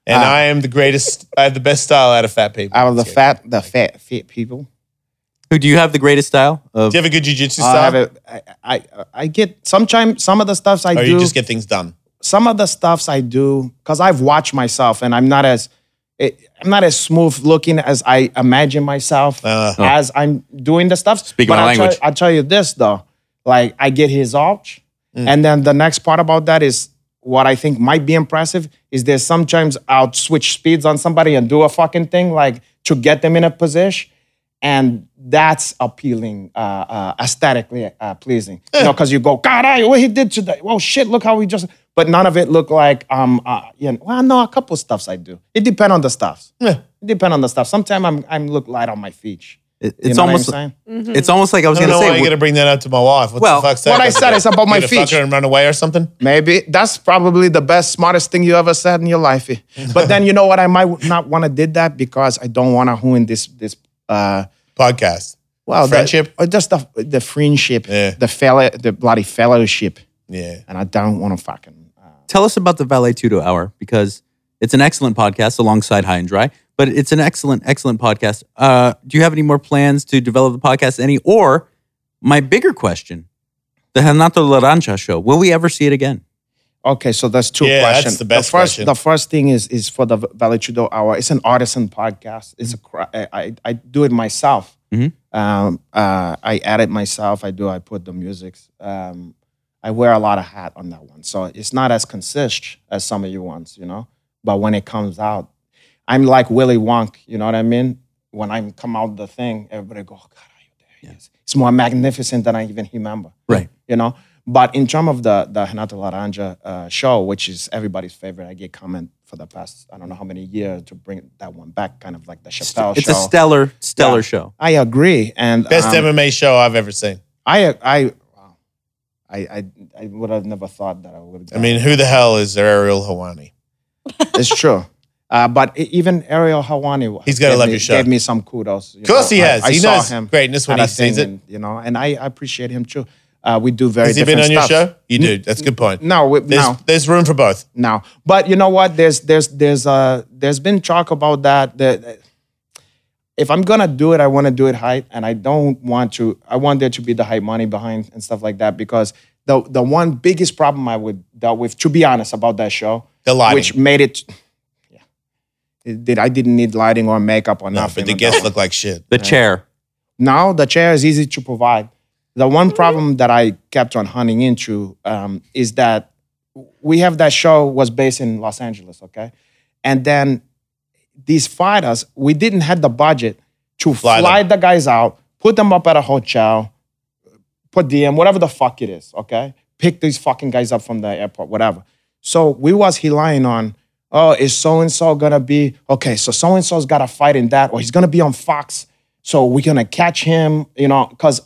Speaker 2: And
Speaker 4: Ah.
Speaker 2: I am the greatest, I have the best style out of fat people.
Speaker 4: Out of the
Speaker 2: Yeah.
Speaker 4: fat, the fat, fit people.
Speaker 1: Who do you have the greatest style of?
Speaker 2: Do you have a good jujitsu
Speaker 4: I have
Speaker 2: style?
Speaker 4: a, I, I, I get sometimes some of the stuffs I
Speaker 2: or
Speaker 4: do.
Speaker 2: Oh, you just get things done?
Speaker 4: some of the stuffs I do because I've watched myself and I'm not as it, I'm not as smooth looking as I imagine myself
Speaker 2: Uh.
Speaker 1: Oh.
Speaker 4: as I'm doing the stuff.
Speaker 1: Speaking
Speaker 4: but
Speaker 1: my
Speaker 4: I'll
Speaker 1: language.
Speaker 4: tell, I'll tell you this though, like I get his arch, and then the next part about that is what I think might be impressive is that sometimes I'll switch speeds on somebody and do a fucking thing like to get them in a position. And that's appealing, uh, uh, aesthetically uh, pleasing. You know, because you go, God, I, what he did today? Well, shit, look how we just. But none of it looked like, um, uh, you know, well, I know a couple stuffs I do. It depend on the stuffs. It depend on the stuff. Sometimes I'm I'm look light on my feet.
Speaker 1: It-
Speaker 4: You
Speaker 1: it's
Speaker 4: know what I'm
Speaker 1: almost.
Speaker 4: saying?
Speaker 1: It's almost like I was
Speaker 2: I don't
Speaker 1: gonna
Speaker 2: know
Speaker 1: say.
Speaker 2: why you're
Speaker 1: wh-
Speaker 2: going to bring that up to my wife. What
Speaker 1: Well,
Speaker 2: the fuck's that
Speaker 4: what I
Speaker 2: got to
Speaker 4: said
Speaker 2: do?
Speaker 4: is about
Speaker 2: You
Speaker 4: my
Speaker 2: gonna
Speaker 4: feet.
Speaker 2: fuck her and run away or something?
Speaker 4: Maybe that's probably the best, smartest thing you ever said in your life. But then you know what? I might not want to did that because I don't want to ruin this this uh
Speaker 2: Podcast.
Speaker 4: well the-
Speaker 2: Friendship?
Speaker 4: or just the the friendship,
Speaker 2: Yeah.
Speaker 4: the fellow, the bloody fellowship,
Speaker 2: Yeah.
Speaker 4: and I don't want to fucking. uh,
Speaker 1: tell us about the Valet Tudo Hour because it's an excellent podcast alongside High and Dry, but it's an excellent, excellent podcast. Uh, do you have any more plans to develop the podcast? Any or my bigger question, the Hanato Larancha show, will we ever see it again?
Speaker 4: Okay, so that's two
Speaker 2: Yeah, that's
Speaker 4: questions.
Speaker 2: the best
Speaker 4: first,
Speaker 2: question.
Speaker 4: The first thing is is for the Valetudo Hour. It's an artisan podcast. It's a cra- I I- I do it myself.
Speaker 1: Mhm.
Speaker 2: Mm-hmm.
Speaker 4: Um, uh, I edit myself. I do. I put the music. Um, I wear a lot of hat on that one, so it's not as consist as some of you ones, you know. But when it comes out, I'm like Willy Wonk. You know what I mean? When I come out the thing, everybody go, oh, "God, there he is." It's more magnificent than I even remember
Speaker 1: Right.
Speaker 4: you know. But in terms of the the Renato Laranja uh, show, which is everybody's favorite, I get comment for the past I don't know how many years to bring that one back, kind of like the Chappelle
Speaker 1: It's
Speaker 4: show.
Speaker 1: a stellar, stellar
Speaker 4: Yeah.
Speaker 1: show.
Speaker 4: I agree, and
Speaker 2: Best
Speaker 4: um,
Speaker 2: MMA show I've ever seen.
Speaker 4: I I wow. I I, I would have never thought that I would.
Speaker 2: I mean, who the hell is Ariel Hawani?
Speaker 4: it's true. Uh, but e- even Ariel Hawani,
Speaker 2: He's gotta
Speaker 4: gave
Speaker 2: love
Speaker 4: me,
Speaker 2: your show.
Speaker 4: Gave me some kudos. Of
Speaker 2: Of course he has. he knows greatness when he sees it.
Speaker 4: you know, and I, I appreciate him too. Uh, we do very.
Speaker 2: Has he been on
Speaker 4: different
Speaker 2: your
Speaker 4: stuff.
Speaker 2: show? You do. That's a good point.
Speaker 4: No, we,
Speaker 2: There's,
Speaker 4: no.
Speaker 2: there's room for both.
Speaker 4: now. But you know what? There's there's there's uh there's been talk about that. That if I'm gonna do it, I want to do it hype, and I don't want to. I want there to be the hype money behind and stuff like that because the the one biggest problem I would dealt with, to be honest, about that show,
Speaker 2: The lighting.
Speaker 4: which made it. Yeah, it did I didn't need lighting or makeup or
Speaker 2: no,
Speaker 4: nothing.
Speaker 2: but the
Speaker 4: on that
Speaker 2: guests
Speaker 4: one.
Speaker 2: look like shit.
Speaker 1: The chair.
Speaker 4: Now the chair is easy to provide. The one problem that I kept on hunting into um, is that we have that show was based in Los Angeles, okay, and then these fighters we didn't have the budget to
Speaker 2: Fly
Speaker 4: fly,
Speaker 2: them.
Speaker 4: the guys out, put them up at a hotel, put DM, whatever the fuck it is, okay, pick these fucking guys up from the airport, whatever. So we was relying on, oh, is so and so gonna be okay? So so and so's got to fight in that, or he's gonna be on Fox, so we're gonna catch him, you know, because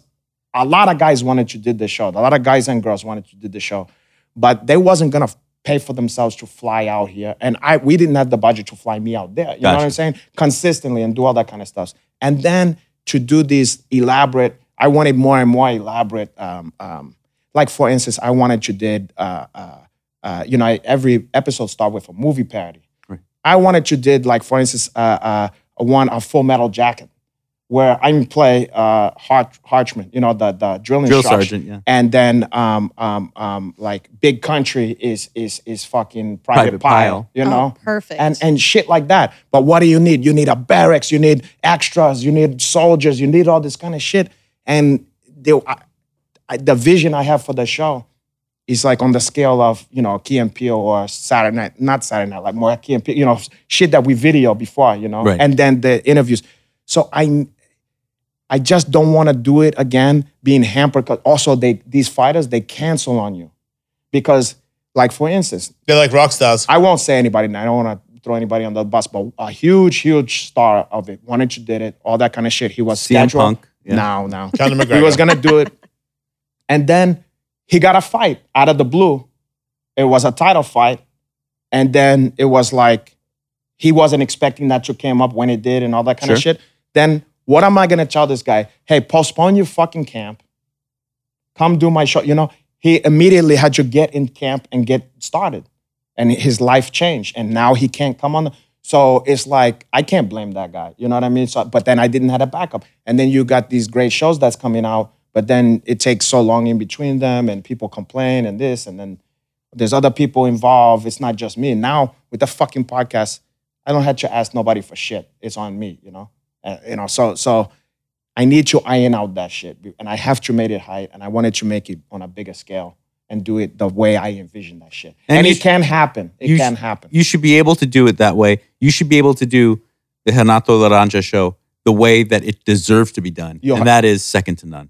Speaker 4: a lot of guys wanted to do the show. A lot of guys and girls wanted to do the show, but they wasn't gonna pay for themselves to fly out here, and I we didn't have the budget to fly me out there. You know what
Speaker 1: Gotcha.
Speaker 4: I'm saying? Consistently and do all that kind of stuff, and then to do these elaborate. I wanted more and more elaborate. Um, um, like for instance, I wanted to did uh, uh, uh, you know I- every episode start with a movie parody. I wanted you did like for instance uh, uh, one a Full Metal Jacket, where I play uh, Hart, Harchman, you know the the drilling
Speaker 1: Drill
Speaker 4: instructor.
Speaker 1: sergeant, yeah.
Speaker 4: and then um, um, um, like Big Country is is is fucking
Speaker 1: Private
Speaker 4: Private,
Speaker 1: Pile.
Speaker 4: Pile, you know.
Speaker 3: Oh, perfect.
Speaker 4: And, and shit like that. But what do you need? You need a barracks, you need extras, you need soldiers, you need all this kind of shit. And the, I, I, the vision I have for the show is like on the scale of, you know, Key and Peele or Saturday Night, not Saturday Night, like more Key and Peele, you know, shit that we video before, you know,
Speaker 1: Right.
Speaker 4: and then the interviews. So I, I just don't want to do it again, being hampered. 'cause also, they these fighters they cancel on you, because like for instance,
Speaker 2: They're like rock
Speaker 4: (laughs)
Speaker 2: stars.
Speaker 4: I won't say anybody. and I don't want to throw anybody on the bus, but a huge, huge star of it. One Inch did it, all that kind of shit. He was
Speaker 1: CM
Speaker 4: scheduled.
Speaker 1: Punk, yeah. (laughs)
Speaker 4: No, no.
Speaker 2: Conor
Speaker 4: He
Speaker 2: McGregor.
Speaker 4: was gonna do it, and then he got a fight out of the blue. It was a title fight, And then it was like he wasn't expecting that you came up when it did and all that kind of
Speaker 1: Sure.
Speaker 4: shit. Then what am I gonna tell this guy? Hey, postpone your fucking camp. Come do my show. You know, he immediately had to get in camp and get started. And his life changed. And now he can't come on. The, so it's like I can't blame that guy. You know what I mean? So but then I didn't have a backup. And then you got these great shows that's coming out, but then it takes so long in between them and people complain and this and then there's other people involved. It's not just me. Now with the fucking podcast, I don't have to ask nobody for shit. It's on me, you know. Uh, you know, so so I need to iron out that shit, and I have to make it high, and I wanted to make it on a bigger scale and do it the way I envision that shit.
Speaker 1: And
Speaker 4: And,
Speaker 1: you
Speaker 4: it
Speaker 1: sh-
Speaker 4: can happen. It
Speaker 1: you sh-
Speaker 4: can happen.
Speaker 1: You should be able to do it that way. You should be able to do the Hanato Laranja show the way that it deserves to be done.
Speaker 4: Yo.
Speaker 1: And that is second to none.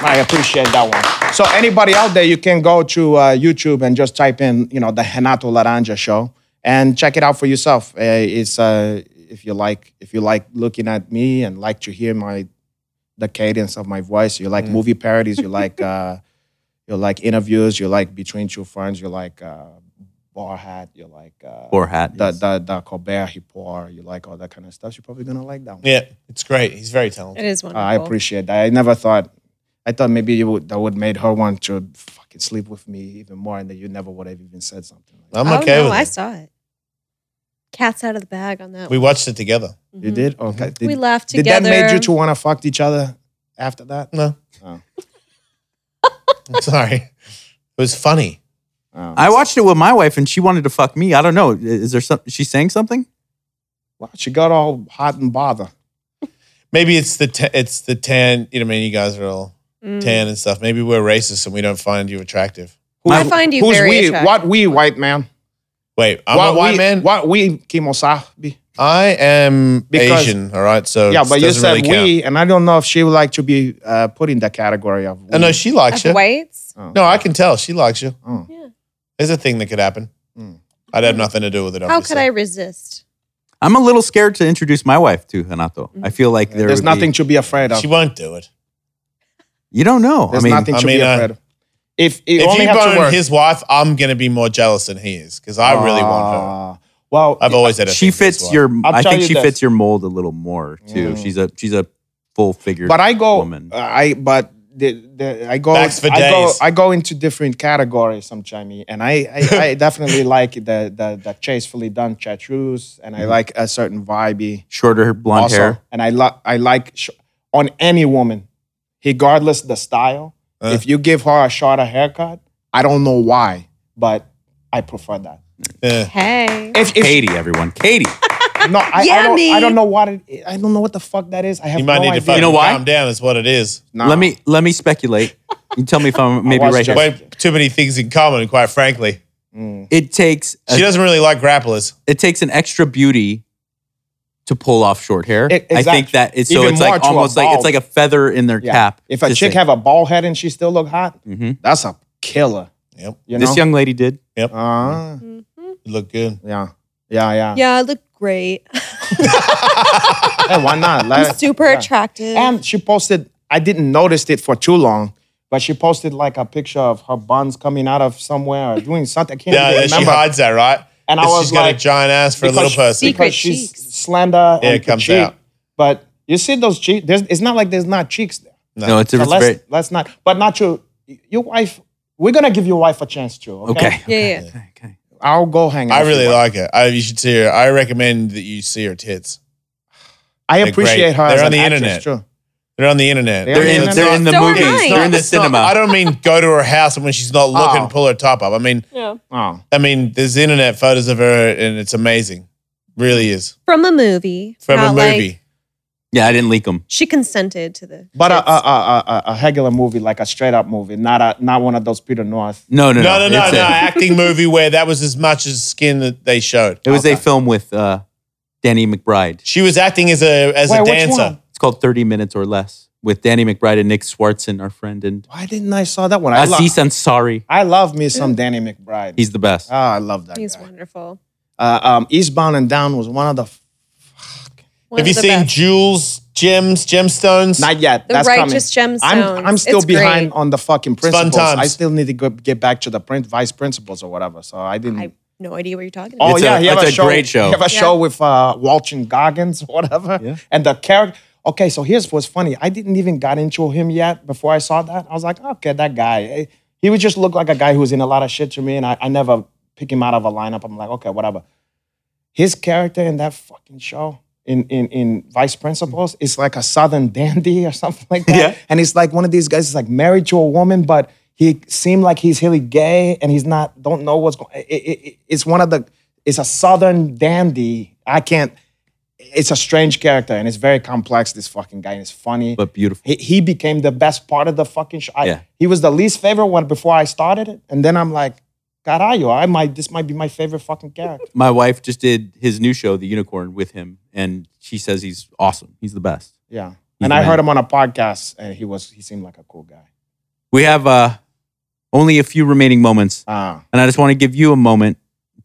Speaker 4: I appreciate that one. So anybody out there, you can go to uh, YouTube and just type in, you know, the Henato Laranja show and check it out for yourself. Uh, it's uh, if you like, if you like looking at me and like to hear my the cadence of my voice, you like movie parodies, (laughs) you like uh, you like interviews, you like Between Two Friends, you like uh, Bar Hat, you like uh,
Speaker 1: Or hat.
Speaker 4: the,
Speaker 1: yes.
Speaker 4: the the Colbert Report, you like all that kind of stuff. You're probably gonna like that one.
Speaker 2: Yeah, it's great. He's very talented.
Speaker 3: It is
Speaker 4: Uh,
Speaker 3: wonderful.
Speaker 4: I appreciate that. I never thought. I thought maybe you would, that would made her want to fucking sleep with me even more, and that you never would have even said something. Like that.
Speaker 2: I'm
Speaker 3: Oh,
Speaker 2: okay
Speaker 3: no,
Speaker 2: with
Speaker 3: I
Speaker 2: it.
Speaker 3: saw it. Cat's out of the bag on that.
Speaker 2: We
Speaker 3: one.
Speaker 2: watched it together.
Speaker 4: You
Speaker 3: Mhm.
Speaker 4: did okay. Did,
Speaker 3: we laughed
Speaker 4: did
Speaker 3: together.
Speaker 4: that made you to want to fuck each other after that?
Speaker 2: No.
Speaker 4: Oh.
Speaker 2: I'm (laughs) sorry. It was funny.
Speaker 4: Oh.
Speaker 1: I watched it with my wife and she wanted to fuck me. I don't know. Is there some she's saying something?
Speaker 4: wow, she got all hot and bothered.
Speaker 2: Maybe it's the ta- it's the tan. You know, what I mean, you guys are all
Speaker 3: Mm.
Speaker 2: tan and stuff. Maybe we're racist and we don't find you attractive.
Speaker 3: I find you
Speaker 4: Who's
Speaker 3: very
Speaker 4: we?
Speaker 3: attractive.
Speaker 4: What we white man?
Speaker 2: Wait, I'm
Speaker 4: what
Speaker 2: a white
Speaker 4: we,
Speaker 2: man.
Speaker 4: What we kimosabi?
Speaker 2: I am
Speaker 4: Because-
Speaker 2: Asian. All right, so
Speaker 4: Yeah, but you
Speaker 2: doesn't
Speaker 4: said
Speaker 2: really count.
Speaker 4: we, and I don't know if she would like to be uh, put in the category of. We.
Speaker 2: Oh, no, she
Speaker 3: Of
Speaker 2: likes you.
Speaker 3: whites?
Speaker 4: Oh.
Speaker 2: No, I can tell she likes you.
Speaker 4: Oh.
Speaker 2: There's a thing that could happen.
Speaker 4: Mm.
Speaker 2: I'd have nothing to do with it.
Speaker 3: How could
Speaker 2: Obviously.
Speaker 3: I resist?
Speaker 1: I'm a little scared to introduce my wife to Hanato. I feel like there
Speaker 4: There's
Speaker 1: would be-
Speaker 4: nothing to be afraid of.
Speaker 2: She won't do it.
Speaker 1: you don't know. I
Speaker 4: There's
Speaker 1: mean,
Speaker 4: nothing
Speaker 2: I
Speaker 4: to
Speaker 2: mean,
Speaker 4: be
Speaker 2: uh,
Speaker 4: afraid of. If, you
Speaker 2: If
Speaker 4: only
Speaker 2: you
Speaker 4: have to
Speaker 2: bone
Speaker 4: work.
Speaker 2: his wife, I'm gonna be more jealous than he is because I really want her.
Speaker 4: Ah, Well,
Speaker 2: I've always had a
Speaker 1: she
Speaker 2: thing for his
Speaker 1: fits
Speaker 2: wife.
Speaker 1: your.
Speaker 4: I'll
Speaker 1: i
Speaker 4: tell
Speaker 1: think
Speaker 4: you
Speaker 1: she
Speaker 4: this.
Speaker 1: fits your mold a little more too.
Speaker 4: Mm.
Speaker 1: She's a she's a full figure.
Speaker 4: but I go, uh,
Speaker 1: woman.
Speaker 4: I but the, the, I go,
Speaker 2: Backs for
Speaker 4: I go,
Speaker 2: days.
Speaker 4: I go into different categories sometimes, and I,
Speaker 2: (laughs)
Speaker 4: I, I definitely like the the, the chasefully done chartreuse, and I
Speaker 2: Mm-hmm.
Speaker 4: like a certain vibey
Speaker 1: Shorter blonde
Speaker 4: also,
Speaker 1: hair.
Speaker 4: and I like I like sh- on any woman, regardless the style.
Speaker 2: Uh.
Speaker 4: If you give her a shorter haircut, I don't know why, but I prefer that.
Speaker 2: Yeah.
Speaker 3: Hey.
Speaker 4: If, if
Speaker 1: Katie, everyone, Katie.
Speaker 4: no, I, I don't,
Speaker 3: Yummy.
Speaker 4: I don't know what it, I don't know what the fuck that is. I have
Speaker 2: You might
Speaker 4: no
Speaker 2: need to
Speaker 4: idea.
Speaker 2: fucking
Speaker 1: You know why?
Speaker 2: calm down. Is what it is.
Speaker 4: No.
Speaker 1: Let me let me speculate. You tell me if
Speaker 4: (laughs)
Speaker 1: I'm maybe
Speaker 4: was
Speaker 1: right here.
Speaker 4: just-
Speaker 2: Way too many things in common. Quite frankly,
Speaker 4: Mm.
Speaker 1: It takes
Speaker 2: she
Speaker 1: a,
Speaker 2: doesn't really like grapplers.
Speaker 1: it takes an extra beauty to pull off short hair.
Speaker 4: E-
Speaker 1: I think
Speaker 4: exactly.
Speaker 1: that it's so
Speaker 4: Even
Speaker 1: it's
Speaker 4: more
Speaker 1: like
Speaker 4: to a
Speaker 1: almost like it's
Speaker 4: bald.
Speaker 1: like a feather in their
Speaker 4: Yeah.
Speaker 1: cap.
Speaker 4: If a
Speaker 1: Just
Speaker 4: chick
Speaker 1: say,
Speaker 4: have a bald head and she still look hot,
Speaker 2: Mm-hmm.
Speaker 1: Mhm.
Speaker 4: that's a killer.
Speaker 2: Yep,
Speaker 4: You know?
Speaker 1: this young lady did.
Speaker 4: Uh,
Speaker 2: you look good.
Speaker 4: yeah. Yeah, yeah.
Speaker 3: Yeah, I look great.
Speaker 4: Hey, why
Speaker 3: (laughs)
Speaker 2: (laughs)
Speaker 4: not? Let-
Speaker 3: Super
Speaker 4: yeah.
Speaker 3: attractive.
Speaker 4: And she posted, I didn't notice it for too long, but she posted like a picture of her buns coming out of somewhere or doing something. I can't
Speaker 2: Yeah,
Speaker 4: even
Speaker 2: yeah, she
Speaker 4: remember.
Speaker 2: hides that, right?
Speaker 4: And I
Speaker 2: It's-
Speaker 4: was
Speaker 2: she's got a
Speaker 4: like-
Speaker 2: giant ass for a
Speaker 4: Because
Speaker 2: little
Speaker 4: she-
Speaker 2: person.
Speaker 3: Secret
Speaker 4: Because she's
Speaker 3: cheeks.
Speaker 4: slender
Speaker 2: Yeah,
Speaker 4: and
Speaker 2: it comes
Speaker 4: petite,
Speaker 2: out.
Speaker 4: But you see those cheeks? There's, it's not like there's not cheeks there.
Speaker 1: No,
Speaker 2: No.
Speaker 1: it's, a,
Speaker 4: So
Speaker 1: it's
Speaker 4: let's,
Speaker 1: very
Speaker 4: let's not. But not your, your wife. We're going to give your wife a chance too. Okay.
Speaker 1: okay.
Speaker 3: yeah, yeah.
Speaker 1: Okay. okay.
Speaker 4: I'll go hang out.
Speaker 2: I
Speaker 4: with
Speaker 2: really
Speaker 4: your wife.
Speaker 2: like her. I, you should see her. I recommend that you see her tits.
Speaker 4: I
Speaker 2: They're
Speaker 4: appreciate
Speaker 2: great.
Speaker 4: her.
Speaker 2: They're
Speaker 4: as
Speaker 2: on
Speaker 4: an
Speaker 2: the
Speaker 4: actress,
Speaker 2: internet.
Speaker 4: Too.
Speaker 2: They're on the internet.
Speaker 4: They're
Speaker 1: They're
Speaker 4: Yeah,
Speaker 1: in
Speaker 4: no,
Speaker 1: they're
Speaker 4: no,
Speaker 1: in the
Speaker 3: so am
Speaker 1: movies.
Speaker 3: I.
Speaker 1: They're in the
Speaker 2: It's not-
Speaker 1: cinema.
Speaker 2: I don't mean go to her house and when she's not looking,
Speaker 4: Oh.
Speaker 2: pull her top up. I mean,
Speaker 3: Yeah.
Speaker 4: Oh.
Speaker 2: I mean, there's internet photos of her and it's amazing. Really is
Speaker 3: From a movie.
Speaker 2: from a
Speaker 3: not like-
Speaker 2: movie.
Speaker 1: yeah, I didn't leak them.
Speaker 3: she consented to the.
Speaker 4: But a,
Speaker 2: uh,
Speaker 3: tits.
Speaker 4: a, a, a, a regular movie, like a straight up movie, not a not one of those Peter North.
Speaker 1: No, no, no,
Speaker 2: no, no, no,
Speaker 1: It's
Speaker 2: no.
Speaker 1: a-
Speaker 2: (laughs) Acting movie where that was as much as skin that they showed.
Speaker 1: It was a film with uh, Danny McBride.
Speaker 2: She was acting as a as
Speaker 4: Wait,
Speaker 2: a
Speaker 4: which
Speaker 2: dancer.
Speaker 4: one?
Speaker 1: It's called 30 Minutes or Less with Danny McBride and Nick Swartzen, our friend, and
Speaker 4: Why didn't I saw that one? I, love
Speaker 1: Aziz Ansari.
Speaker 4: I love me some Danny McBride.
Speaker 1: He's the best.
Speaker 4: oh, I love that.
Speaker 3: He's
Speaker 4: guy.
Speaker 3: wonderful.
Speaker 4: Uh, um, Eastbound and Down was one of the. F-
Speaker 3: One
Speaker 2: Have
Speaker 3: of
Speaker 2: you
Speaker 3: the
Speaker 2: seen
Speaker 3: best.
Speaker 2: Jules, Gems, Gemstones?
Speaker 4: not yet.
Speaker 3: The
Speaker 4: That's
Speaker 3: Righteous
Speaker 4: coming.
Speaker 3: Gemstones.
Speaker 4: I'm I'm still
Speaker 3: It's
Speaker 4: behind
Speaker 3: great.
Speaker 4: on the fucking
Speaker 2: fun
Speaker 4: principles.
Speaker 2: times.
Speaker 4: I still need to go, get back to the print, vice principals or whatever. So I didn't.
Speaker 3: I no idea what you're talking about.
Speaker 4: Oh
Speaker 1: It's a-
Speaker 4: yeah, he have
Speaker 1: it's
Speaker 4: a,
Speaker 1: a
Speaker 4: show,
Speaker 1: great show.
Speaker 4: He have a
Speaker 3: Yeah.
Speaker 4: show with uh, Walsh and Goggins, (laughs) whatever.
Speaker 1: Yeah.
Speaker 4: And the character. Okay, so here's what's funny. I didn't even got into him yet before I saw that. I was like, okay, that guy. Eh, He would just look like a guy who was in a lot of shit to me, and I, I never pick him out of a lineup. I'm like, okay, whatever. His character in that fucking show. In, in, in vice principals, it's like a southern dandy or (laughs) something like that.
Speaker 2: Yeah.
Speaker 4: And he's like one of these guys is like married to a woman, but he seemed like he's really gay and he's not, don't know what's going it, it, it- It's one of the, it's a southern dandy. I can't, it's a strange character and it's very complex, this fucking guy. And it's funny.
Speaker 1: but beautiful.
Speaker 4: he, he became the best part of the fucking show. I-
Speaker 1: Yeah.
Speaker 4: He was the least favorite one before I started it. And then I'm like, Carayo, I might, this might be my favorite fucking character.
Speaker 1: My wife just did his new show, The Unicorn, with him, and she says he's awesome. He's the best.
Speaker 4: Yeah.
Speaker 1: He's
Speaker 4: and
Speaker 1: the
Speaker 4: I
Speaker 1: man.
Speaker 4: heard him on a podcast and he was, he seemed like a cool guy.
Speaker 1: We have uh, only a few remaining moments,
Speaker 4: Ah,
Speaker 1: and I just want to give you a moment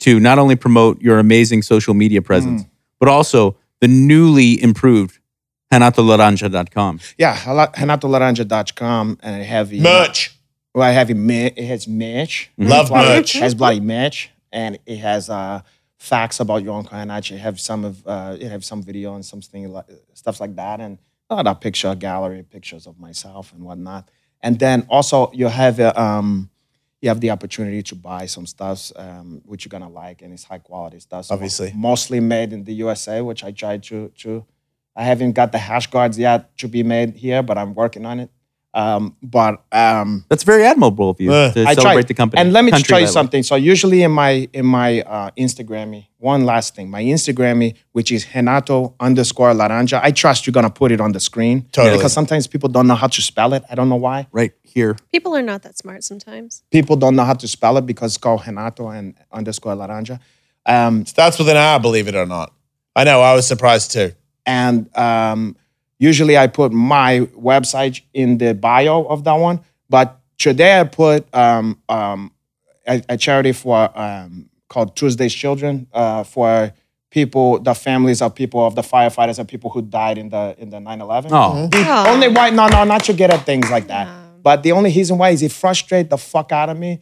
Speaker 1: to not only promote your amazing social media
Speaker 4: Mm.
Speaker 1: presence, but also the newly improved hanatoloranja.com.
Speaker 4: yeah, hanatoloranja.com and I have
Speaker 2: Merch.
Speaker 4: Well, I have it. mi- It has merch.
Speaker 2: Love
Speaker 4: bloody,
Speaker 2: merch.
Speaker 4: It has bloody merch, and it has uh, facts about Yon Carnage. It have some of uh, it have some video and something like stuff like that, and a lot of picture gallery pictures of myself and whatnot. And then also you have uh, um, you have the opportunity to buy some stuff um, which you're gonna like, and it's high quality stuff. So
Speaker 2: Obviously.
Speaker 4: mostly made in the USA, which I tried to to. I haven't got the hash guards yet to be made here, but I'm working on it. Um, but um,
Speaker 1: That's very admirable of you
Speaker 2: Uh,
Speaker 1: to
Speaker 4: I
Speaker 1: celebrate
Speaker 4: tried.
Speaker 1: the company.
Speaker 4: And let me just
Speaker 1: country
Speaker 4: tell you
Speaker 1: that way.
Speaker 4: something. So usually in my in my uh, Instagrammy, one last thing, my Instagrammy, which is Renato underscore Laranja. I trust you're gonna put it on the screen
Speaker 2: Totally.
Speaker 4: because sometimes people don't know how to spell it. I don't know why
Speaker 1: Right here.
Speaker 3: People are not that smart sometimes.
Speaker 4: people don't know how to spell it because it's called Renato and underscore Laranja. Um,
Speaker 2: Starts with an R, believe it or not. I know, I was surprised too.
Speaker 4: and um, usually I put my website in the bio of that one. But today I put um, um, a, a charity for um, called Tuesday's Children uh, for people, the families of people of the firefighters and people who died in the in the 9/11.
Speaker 1: Oh,
Speaker 4: The
Speaker 3: Aw.
Speaker 4: only why no no not to get at things like that. But the only reason why is it frustrates the fuck out of me.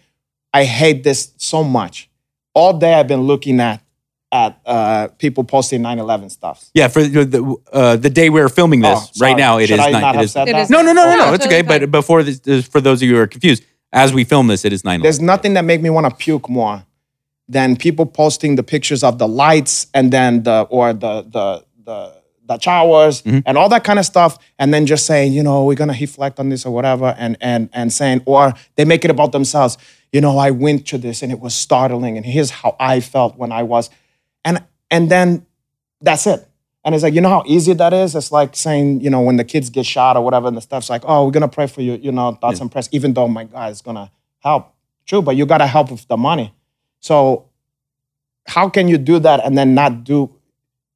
Speaker 4: I hate this so much. All day I've been looking at at uh, people posting 9/11 stuff.
Speaker 1: yeah. For the the, uh, the day we're filming this,
Speaker 4: Oh, sorry.
Speaker 1: right now, it is
Speaker 4: Should I
Speaker 1: nine. it
Speaker 4: not have
Speaker 1: is-
Speaker 4: said
Speaker 3: It
Speaker 4: that?
Speaker 3: is-
Speaker 1: no, no, no, no,
Speaker 3: No,
Speaker 1: no. It's
Speaker 3: it's
Speaker 1: okay.
Speaker 3: totally fine.
Speaker 1: But before this, this- for those of you who are confused, as we film this, it is nine.
Speaker 4: There's nothing that make me want to puke more than people posting the pictures of the lights and then the or the the the the showers and all that kind of stuff, and then just saying, you know, we're gonna reflect on this or whatever, and and and saying, or they make it about themselves. You know, I went to this and it was startling, and here's how I felt when I was, and and then that's it. And it's like, you know how easy that is? It's like saying, you know, when the kids get shot or whatever and the stuff's like, oh, we're gonna pray for you, you know, thoughts and prayers, even though my God is gonna help. True, but you gotta help with the money. So how can you do that and then not do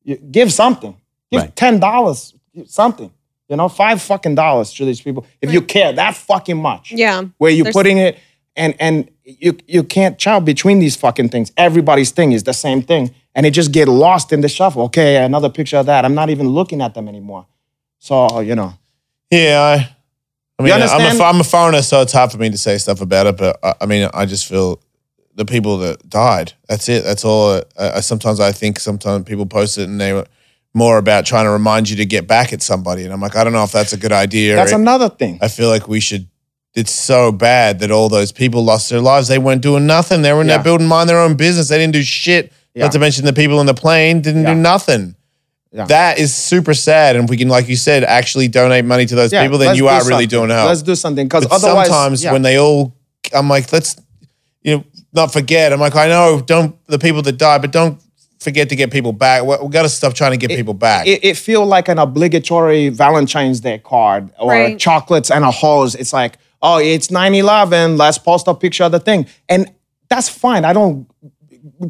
Speaker 4: you, give something? Give
Speaker 1: Right.
Speaker 4: ten dollars, something. You know, five fucking dollars to these people if you care that fucking much
Speaker 3: Yeah.
Speaker 4: where you're
Speaker 3: There's-
Speaker 4: putting it and and you you can't chow between these fucking things everybody's thing is the same thing and it just get lost in the shuffle okay another picture of that i'm not even looking at them anymore so you know
Speaker 2: Yeah, I, I mean, I'm
Speaker 4: understand?
Speaker 2: a, I'm a foreigner, so it's hard for me to say stuff about it. But I, I mean, I just feel the people that died. That's it. That's all. I, I, sometimes I think sometimes people post it and they were more about trying to remind you to get back at somebody, and I'm like, I don't know if that's a good idea.
Speaker 4: that's
Speaker 2: It-
Speaker 4: another thing
Speaker 2: I feel like we should. It's so bad that all those people lost their lives. They weren't doing nothing. They were in
Speaker 4: Yeah.
Speaker 2: their building, mind their own business. They didn't do shit.
Speaker 4: Yeah.
Speaker 2: Not to mention the people in the plane didn't
Speaker 4: Yeah.
Speaker 2: do nothing.
Speaker 4: Yeah.
Speaker 2: That is super sad. And if we can, like you said, actually donate money to those
Speaker 4: Yeah,
Speaker 2: people, then
Speaker 4: let's
Speaker 2: you
Speaker 4: do
Speaker 2: are really
Speaker 4: something.
Speaker 2: doing help.
Speaker 4: let's do something because
Speaker 2: But
Speaker 4: otherwise
Speaker 2: sometimes
Speaker 4: yeah.
Speaker 2: when they all, I'm like, let's, you know, not forget. I'm like, I know, don't the people that died, but don't forget to get people back. We, we got to stop trying to get people back.
Speaker 4: it, it feel like an obligatory Valentine's Day card or
Speaker 3: Right.
Speaker 4: chocolates and a hose. It's like, oh, it's 9-11. Let's post a picture of the thing. And that's fine. I don't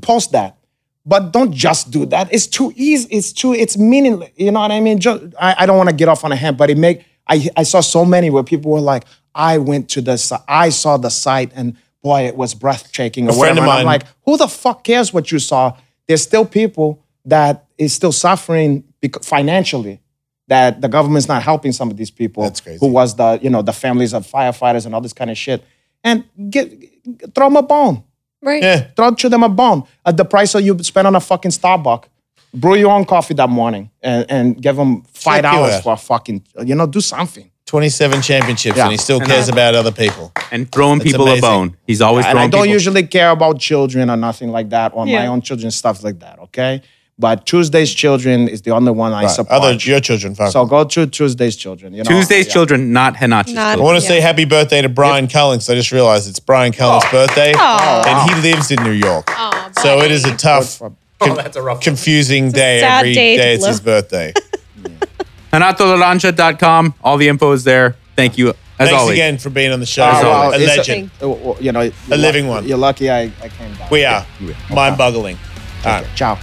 Speaker 4: post that. But don't just do that. It's too easy. It's too, it's meaningless. You know what I mean? Just, I, I don't want to get off on a hand, but it make, I, I saw so many where people were like, I went to the, si- I saw the site and boy, it was breathtaking or
Speaker 2: friend
Speaker 4: whatever.
Speaker 2: of
Speaker 4: And I'm
Speaker 2: mine-
Speaker 4: like, who the fuck cares what you saw? There's still people that is still suffering bec- financially that the government's not helping some of these people
Speaker 2: That's crazy.
Speaker 4: who was the you know the families of firefighters and all this kind of shit and get, throw them a bone
Speaker 3: Right.
Speaker 2: Yeah.
Speaker 4: Throw to them a bone at the price that you spend on a fucking Starbucks. Brew your own coffee that morning and, and give them
Speaker 2: Fuck
Speaker 4: five
Speaker 2: you,
Speaker 4: dollars
Speaker 2: Ed.
Speaker 4: for a fucking, you know, do something.
Speaker 2: 27 championships,
Speaker 4: Yeah.
Speaker 2: and he still cares about other people.
Speaker 1: and throwing
Speaker 2: That's
Speaker 1: people
Speaker 2: amazing.
Speaker 1: a bone. He's always
Speaker 4: and
Speaker 1: throwing
Speaker 4: I don't
Speaker 1: people.
Speaker 4: usually care about children or nothing like that, or my
Speaker 3: Yeah.
Speaker 4: own children stuff like that. Okay, but Tuesday's children is the only one I support.
Speaker 2: Other your children, fuck.
Speaker 4: so go to Tuesday's children. You know,
Speaker 1: Tuesday's
Speaker 4: Yeah.
Speaker 1: children, not Hanachi's
Speaker 3: Not-
Speaker 2: I
Speaker 1: children.
Speaker 2: want to say happy birthday to Brian Cullings. I just realized it's Brian Cullings' birthday,
Speaker 3: Oh.
Speaker 2: and he lives in New York.
Speaker 3: Aw,
Speaker 2: so
Speaker 3: buddy.
Speaker 2: it is a tough,
Speaker 4: for-
Speaker 2: con- confusing
Speaker 3: a
Speaker 2: day.
Speaker 3: sad
Speaker 2: Every
Speaker 3: day to
Speaker 2: day it's his
Speaker 3: look.
Speaker 2: birthday.
Speaker 1: HanatoLalancha.com. All the info is there. Thank you, as
Speaker 2: Thanks
Speaker 1: always.
Speaker 2: again for being on the show.
Speaker 4: Oh, wow,
Speaker 2: a
Speaker 4: it's a-
Speaker 2: legend.
Speaker 4: Uh, well, You know, a
Speaker 2: living one.
Speaker 4: You're lucky I, I came back.
Speaker 2: we are mind boggling.
Speaker 4: Ciao.